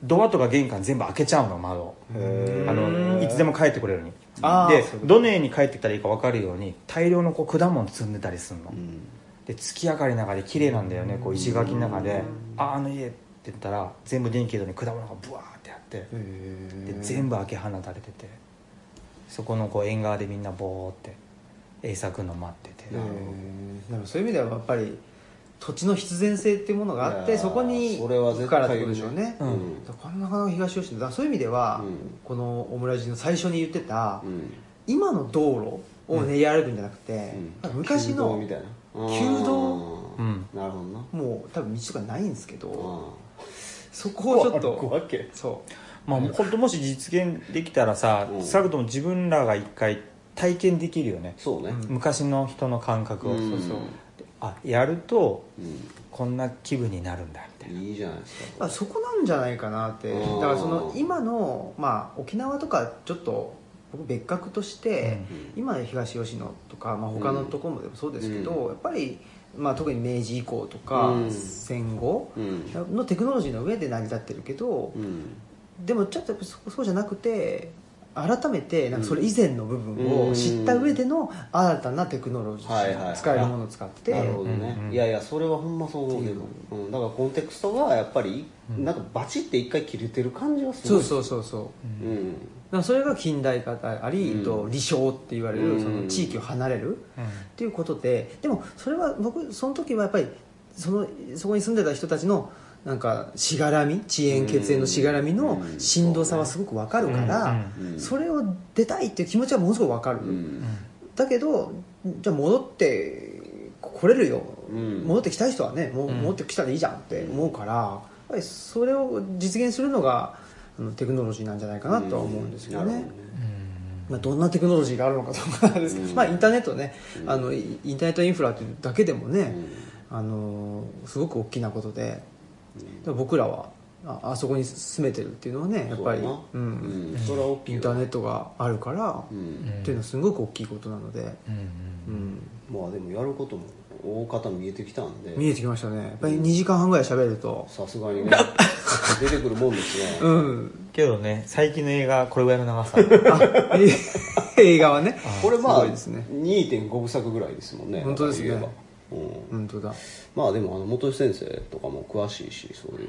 ドアとか玄関全部開けちゃうの窓を
へえ
あのいつでも帰ってこれるように
あー
で
そういうこと
どの家に帰ってきたらいいか分かるように大量のこう果物積んでたりするの、
うん
で月明かりの中で綺麗なんだよねこう石垣の中で「ああの家」って言ったら全部電気戸に果物がブワーってあってで全部開け放たれててそこのこう縁側でみんなボーって栄作の待ってて
えーでもそういう意味ではやっぱり土地の必然性っていうものがあっ
い
て
やー
そこに
それは
行
絶
く
対
からってことでしょうね、
う
だ
ん
うん
からこれなかなか東吉野だからそういう意味では、
うん
このオムライスの最初に言ってた、
うん
今の道路を練り歩くんじゃなくて、
うん
昔
旧道
の
みたいな
旧道
うん
なるほどな
もう多分道とかないんですけど
あ
そこをちょっと
け
そう
まあ本当もし実現できたらさ
うん
少なくとも自分らが一回体験できるよね
そうね
うん
昔の人の感覚を、
うん
そうそう
あやると
うん
こんな気分になるんだみたいない
いじゃないです
ま
か
あそこなんじゃないかなってだ
うん
からその今の、まあ、沖縄とかちょっと僕別格として、
うん
今の東吉野とか、まあ、他のところもでもそうですけど、
う
やっぱり、まあ、特に明治以降とか、
うん
戦後
うん
のテクノロジーの上で成り立ってるけど
う、ん
でもちょっとやっぱそそうじゃなくて改めてなんかそれ以前の部分
う
を
ん
知った上での新たなテクノロジー、
はいはいはい
使えるものを使って
なるほどね、
うんうん
いやいやそれはほんまそう思うけど、うん、だからコンテクストがやっぱり、なんかバチって一回切れてる感じはす
そ
ご
う
い
そうそうそう
う、ん、
だからそれが近代化であり、
うん
と離島って言われ
う
る
ん
その地域を離れる、
うん
っていうことででもそれは僕その時はやっぱりそのそこに住んでた人たちのなんかしがらみ遅延血縁のしがらみの
うん
しんどさはすごくわかるから、
うんうんうん
それを出たいっていう気持ちはものすごくわかる、
うん
だけどじゃあ戻って来れるよ、
うん
戻ってきたい人はねもう
うん
戻ってきたらいいじゃんって思うから、やっぱりそれを実現するのがあのテクノロジーなんじゃないかなとは思うんですよ
なる
ね。
ほ
うん
ど
まあ、どんなテクノロジーがあるのかとかなんですけど、
うん
まあ、インターネットね、あのイインターネットインフラっていうだけでもね、あのーすごく大きなことでだから僕らはああそこに住めてるっていうのはねやっぱり
そううな、うんんそれは大きい
イン
よ
ターネットがあるから、
う
うん
ん
っていうのはすごく大きいことなので、
うんうん
うん、
まあでもやることも大方見えてきたんで
見えてきましたねやっぱり2時間半ぐらい喋ると、
さすがにね出てくるもんですね、
うん、
けどね最近の映画これぐらいの長さ
あえ 映画はね
これまあ、
すごいですね
2.5部作ぐらいですもんね
本当ですね
だから言えばうん
本当だ
まあでもあの元吉先生とかも詳しいしそうい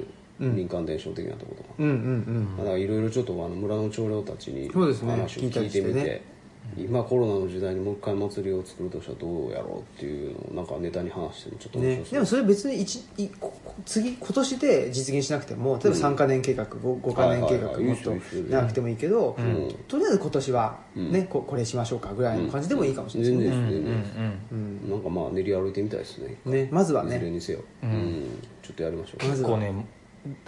う民間伝承的なとことか、
うんうんうん
まあだからいろいろちょっとあの村の長老たちに
そうですね
話を
聞いた
聞
り
い
して
て
ね
みて今コロナの時代にもう一回祭りを作るとしたらどうやろうっていうのをなんかネタに話してもちょっと面
ね
白、そう
でもそれ別に一いここ次今年で実現しなくても例えば3か年計画、五 5, か年計
はいはい
画
はい
もっと
いいですよいいですよ
なくてもいいけど、
ん
とりあえず今年は、
ん
ねここれしましょうかぐらいの感じでもいいかもしれない
全
ですね,、
然
うんう
全
んう
然
ん
うん
なんかまあ練り歩いてみたいですね
ねまずはい
ずれ
ね
にせよ、うんちょっとやりましょう
まず
結構
は
ね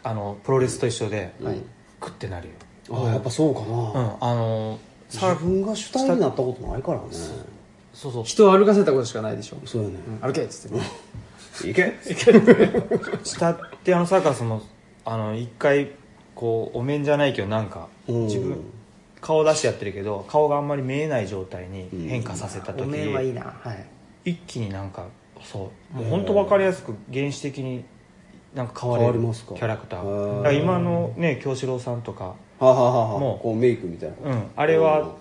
あのプロレスと一緒で、
はい
クッてなるよ、
ああやっぱそうか
う
な、
ん、あの
自
さ
分が主体になったことないからね
そうそう
人を歩かせたことしかないでしょ、
そうよね、
うん歩けっつってね
行け
下ってあのサーカスもあの一回こうお面じゃないけどなんか
うん
自分顔出してやってるけど顔があんまり見えない状態に変化させた
お
時
面はいいなはい
一気になんかそうもう本当分かりやすく原始的になんか変われ
変わ
る
り
キ
ますか
ャラクタ
へ
ー
ー
だから今のね京志郎さんとか
はははは
もう
こうメイクみたいなこと
うんあれは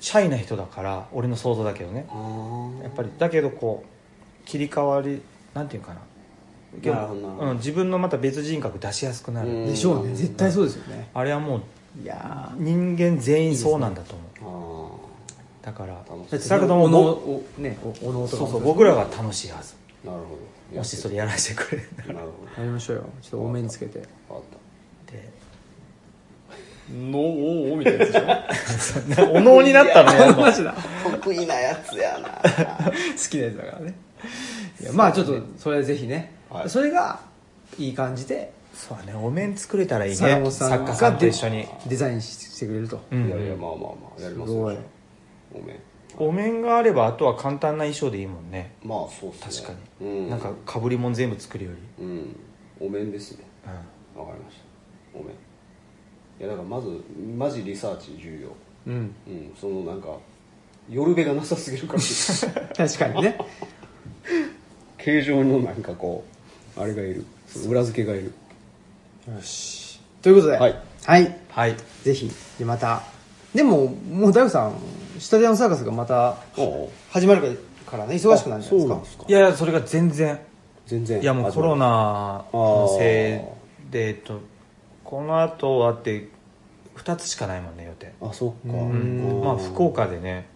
シャイな人だから俺の想像だけどね
あー
やっぱりだけどこう切り替わりなんていうかな
なるほどなるほど
うん、自分のまた別人格出しやすくなる、
うん
でしょうね絶対そうですよね
あれはもう
いや
人間全員そうなんだと思う
あ
だから
楽しい
ー
だけども
おの
ぼ
おねおおの
そ
とかも
うそう
です
僕らが楽しいはず
ーなるほど
もしそれやらせてくれるなら
なるほ
やりましょうよちょっと多めにつけて
どわかっ
で
た のおおみたいなやつ でしょ
お能になったのやっぱ
だ好
得意なやつやな
きなやつだからねいやまあちょっとそれぜひね、
はい
それがいい感じで
そうだねお面作れたらいいね
坂本さん
作
が
家さんと一緒に、
デザインしてくれると、
うん
いやいやまあまあまあやります
すご
よ
い
じ ゃあごめん
お面があればあとは簡単な衣装でいいもんね
まあそうっす
確
ね
かに、
うん、
なんかかぶりもん全部作るより、
うんお面ですね
う
わかりましたごめんいやだからまずマジリサーチ重要
うん、
うんそのなんか夜べがなさすぎるから
確かにね
形状のなんかこうあれがいるその裏付けがいる
よしということでは
はい、
はい、
ん、はい
ぜひでまたでももう大悟さんスタジアムサーカスがまた
おう
始まるからね忙しくなるんじ
あ
ゃないですか
そうなんですか
いやいやそれが全然
全然
いやもうコロナのせいでえっとこの後あって2つしかないもんね予定
あそっか
うん
まあ福岡でね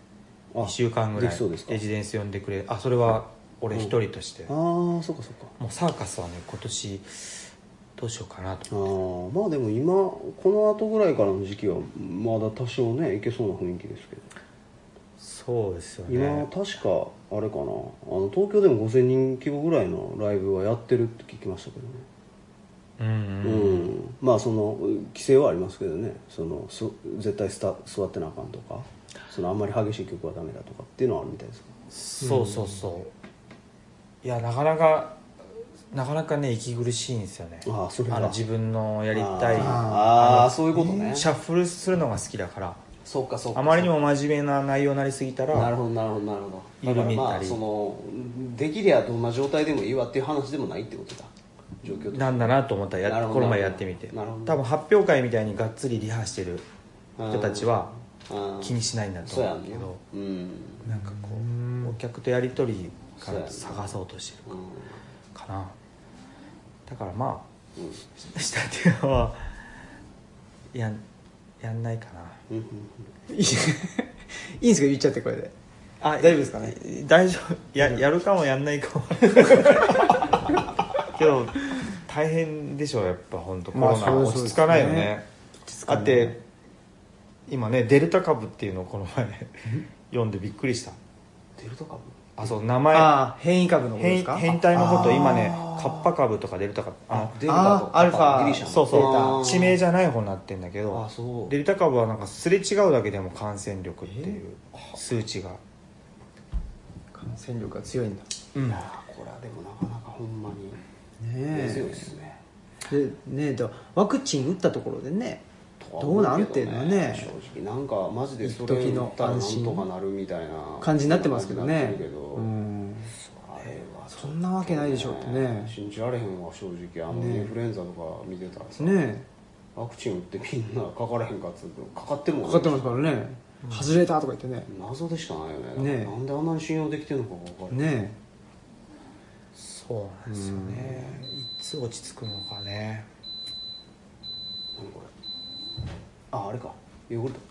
あ
1週間ぐら
で
い
きそうですか
レジデンス呼んでくれあそれは俺一人として、
ああそっかそっか
もうサーカスはね今年どうしようかなと
あーまあでも今この後ぐらいからの時期はまだ多少ねいけそうな雰囲気ですけど
そうですよ
今
ね
確かあれかなあの東京でも5000人規模ぐらいのライブはやってるって聞きましたけどね
うん
う
うん
ん、まあその規制はありますけどねそのす絶対スタ座ってなあかんとかそのあんまり激しい曲はダメだとかっていうのはあるみたいです
そうそうそういやなかなかなかなかね息苦しいんですよね
ああそれは
の自分のやりたい
あーあー
の
そういうことね
シャッフルするのが好きだから
そうかそう
あまりにも真面目な内容になりすぎたら
なるほどなるほどなるほどだ
緩
か
め
ら
たり
まあそのできりゃどんな状態でもいいわっていう話でもないってことだ状況と
なんだなと思ったら
なる
や
ほど
この前やってみて
なるほど
多分発表会みたいにがっつりリハしてる人たちは
うん
気にしないんだと
そうや
思うんけ
な
ど
うん、
なんかこうお客とやり取りか
そうや
ら
ね
探そうとしてる
うん
かなだからま
うん
あ下手はやんやんないかな
うん
いいいいんですか言っちゃってこれで
あ
大丈夫ですかね
大丈夫ややるかもやんない かもけど大変でしょうやっぱ本当コ
まあ
ロナ
そう
落
です
ち着かないよ
ね
ねだ
かな
っ
い
て今ねデルタ株っていうのをこの前読んでびっくりした
デルタ株
あそう名前
ああ変異株のことで
変
すか
変態のこと今ね
あー
カッパ株とかデルタ株あ
デルタと
あアルファ
ギリシャ
の
の
そう
デルタ
そ
あ
う
ー
地名じゃない方になってんだけど
あそう
デルタ株はなんかすれ違うだけでも感染力っていう数値が、
感染力が強いんだ
うん、
あこれはでもなかなかほんまに根強いで
ね
すね
えでねえだからワクチン打ったところでね
とは
ど
思
う
け
な
ど
んっていうのはね
正直なんかマジでそれ
一時
言
の
ったらなん
安心
とかなるみたいな
感じになってますけど
なっ
ね
てるけど
うん
あれはちょっと
そんなわけないでしょうってね
信じられへんわ正直あの
ね
インフルエンザとか見てたらさ、
ね
ワクチン打ってみんなかからへんかっつうとかかってる
え
もん
かかってますからね外れたとか言ってね
謎でしかないよね
ね
なんであんなに信用できてるのかが分かる
ね
そうなんですよねいつ落ち着くのかね
何これああれかヨーグルト
え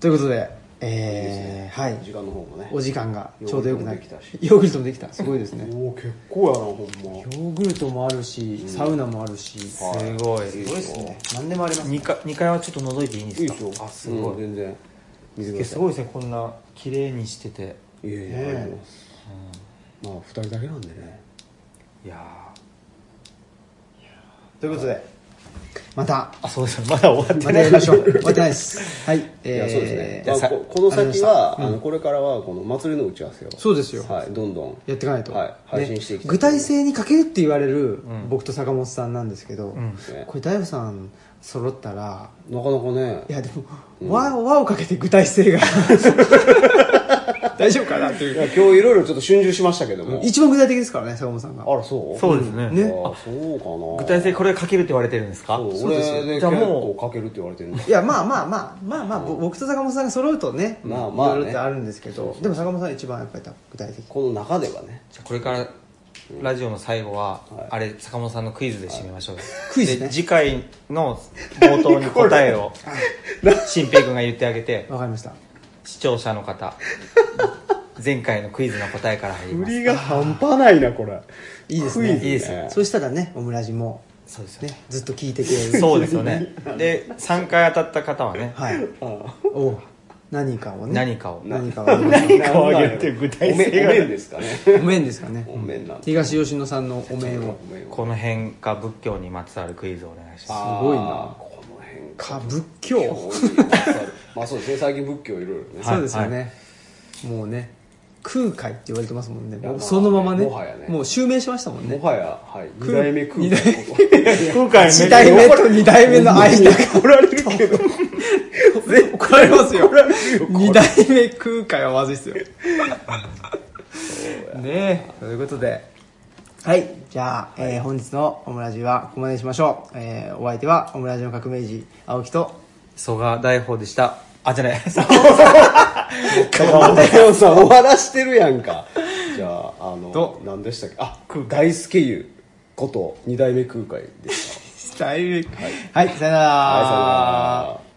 ということで
いいですね
えーはい
時間の方もね
お時間がちょうどよくなり
ヨーグルトもできたし
ヨーグルトもできたすごいですね
おお結構やなほんま
ヨーグルトもあるしサウナもあるしす
はい
すごい
いい
ご
で
いですす
よ
ね何でもありますね
2階二階はちょっと覗いていいんで
いい
すか
ですよ
あすご
うん
い、
全然見てく
え
だ
す
さ
ごいですねこんな綺麗にしてて
いいやいや
ねえ
ありがとうございますまあ2人だけなんでね
いや
ということでまた
あそうですまだ終わってな
ま
い
たやりましょうまたないですはい
いやそうですね、
ー
まあ、
さ
ここの先は
ありました
あ
うん
のこれからはこの祭りの打ち合わせを
そうですよ
はい、どんどん
やっていかないと、
はい
ね
配信していきたい
具体性に欠けるって言われる
ん
僕と坂本さんなんですけど、
ん
ね
これ大悟さん揃ったら
なかなかね
いやでも「わ、わ」をかけて具体性が 大丈夫かなって
い
いう
や今日いろいろちょっと春秋しましたけども、
一番具体的ですからね坂本さんが
あらそう
そうですね
ね
あそうかな
具体性これ書けるって言われてるんですか
そう
そうですよ
俺で
じゃ
結
あもう
構かけるって言われてるんだ
いやまあまあまあまあまあ、ぼ僕と坂本さんが揃うとね
まあまあね
いろいろってあるんですけどでも坂本さんが一番やっぱり具体的
この中ではね
じゃあこれからラジオの最後は、
はい
あれ坂本さんのクイズで締めましょう、
クイズね
で次回の冒頭に答えを新平君が言ってあげて
わかりました
視聴者の 方前回のクイズの答えから入ります
りが半端ないなこれ
いいですね
クイズ
いいですね
そうしたらねオムラジも
そうですよね
ねずっと聞いてくれる
そうですよねで3回当たった方はね
はい
あ
お何かをね
何かを
何かをね
何
かをあげて具体性が
お面お面ですかね
お面ですかね
お面なんだ
東吉野さんのお面を
お面
この辺か仏教にまつわるクイズをお願いします
あー
すごいな
この辺
か仏教
まあそうですね最近仏教いろいろね
はい
そうですよね、もうね空海って言われてますもんね
やまあ
そのままね
もはやね
もう襲名しましたもんね
もはや、はい、
空
二代目空
二
海
代
ここ
今回
1代目と2代目の間がおられ るけど怒られます よ2代目空海はまずいっすよねえということではいじゃあ、えー本日のオムラジはここまでにしましょう、えーお相手はオムラジの革命児青木と
曽我大宝でしたあじゃない
松山さん終わらしてるやんかじゃああ
ど
の何でしたっけあ大輔優こと二代目空海でした
はい、さよなら
はいさよなら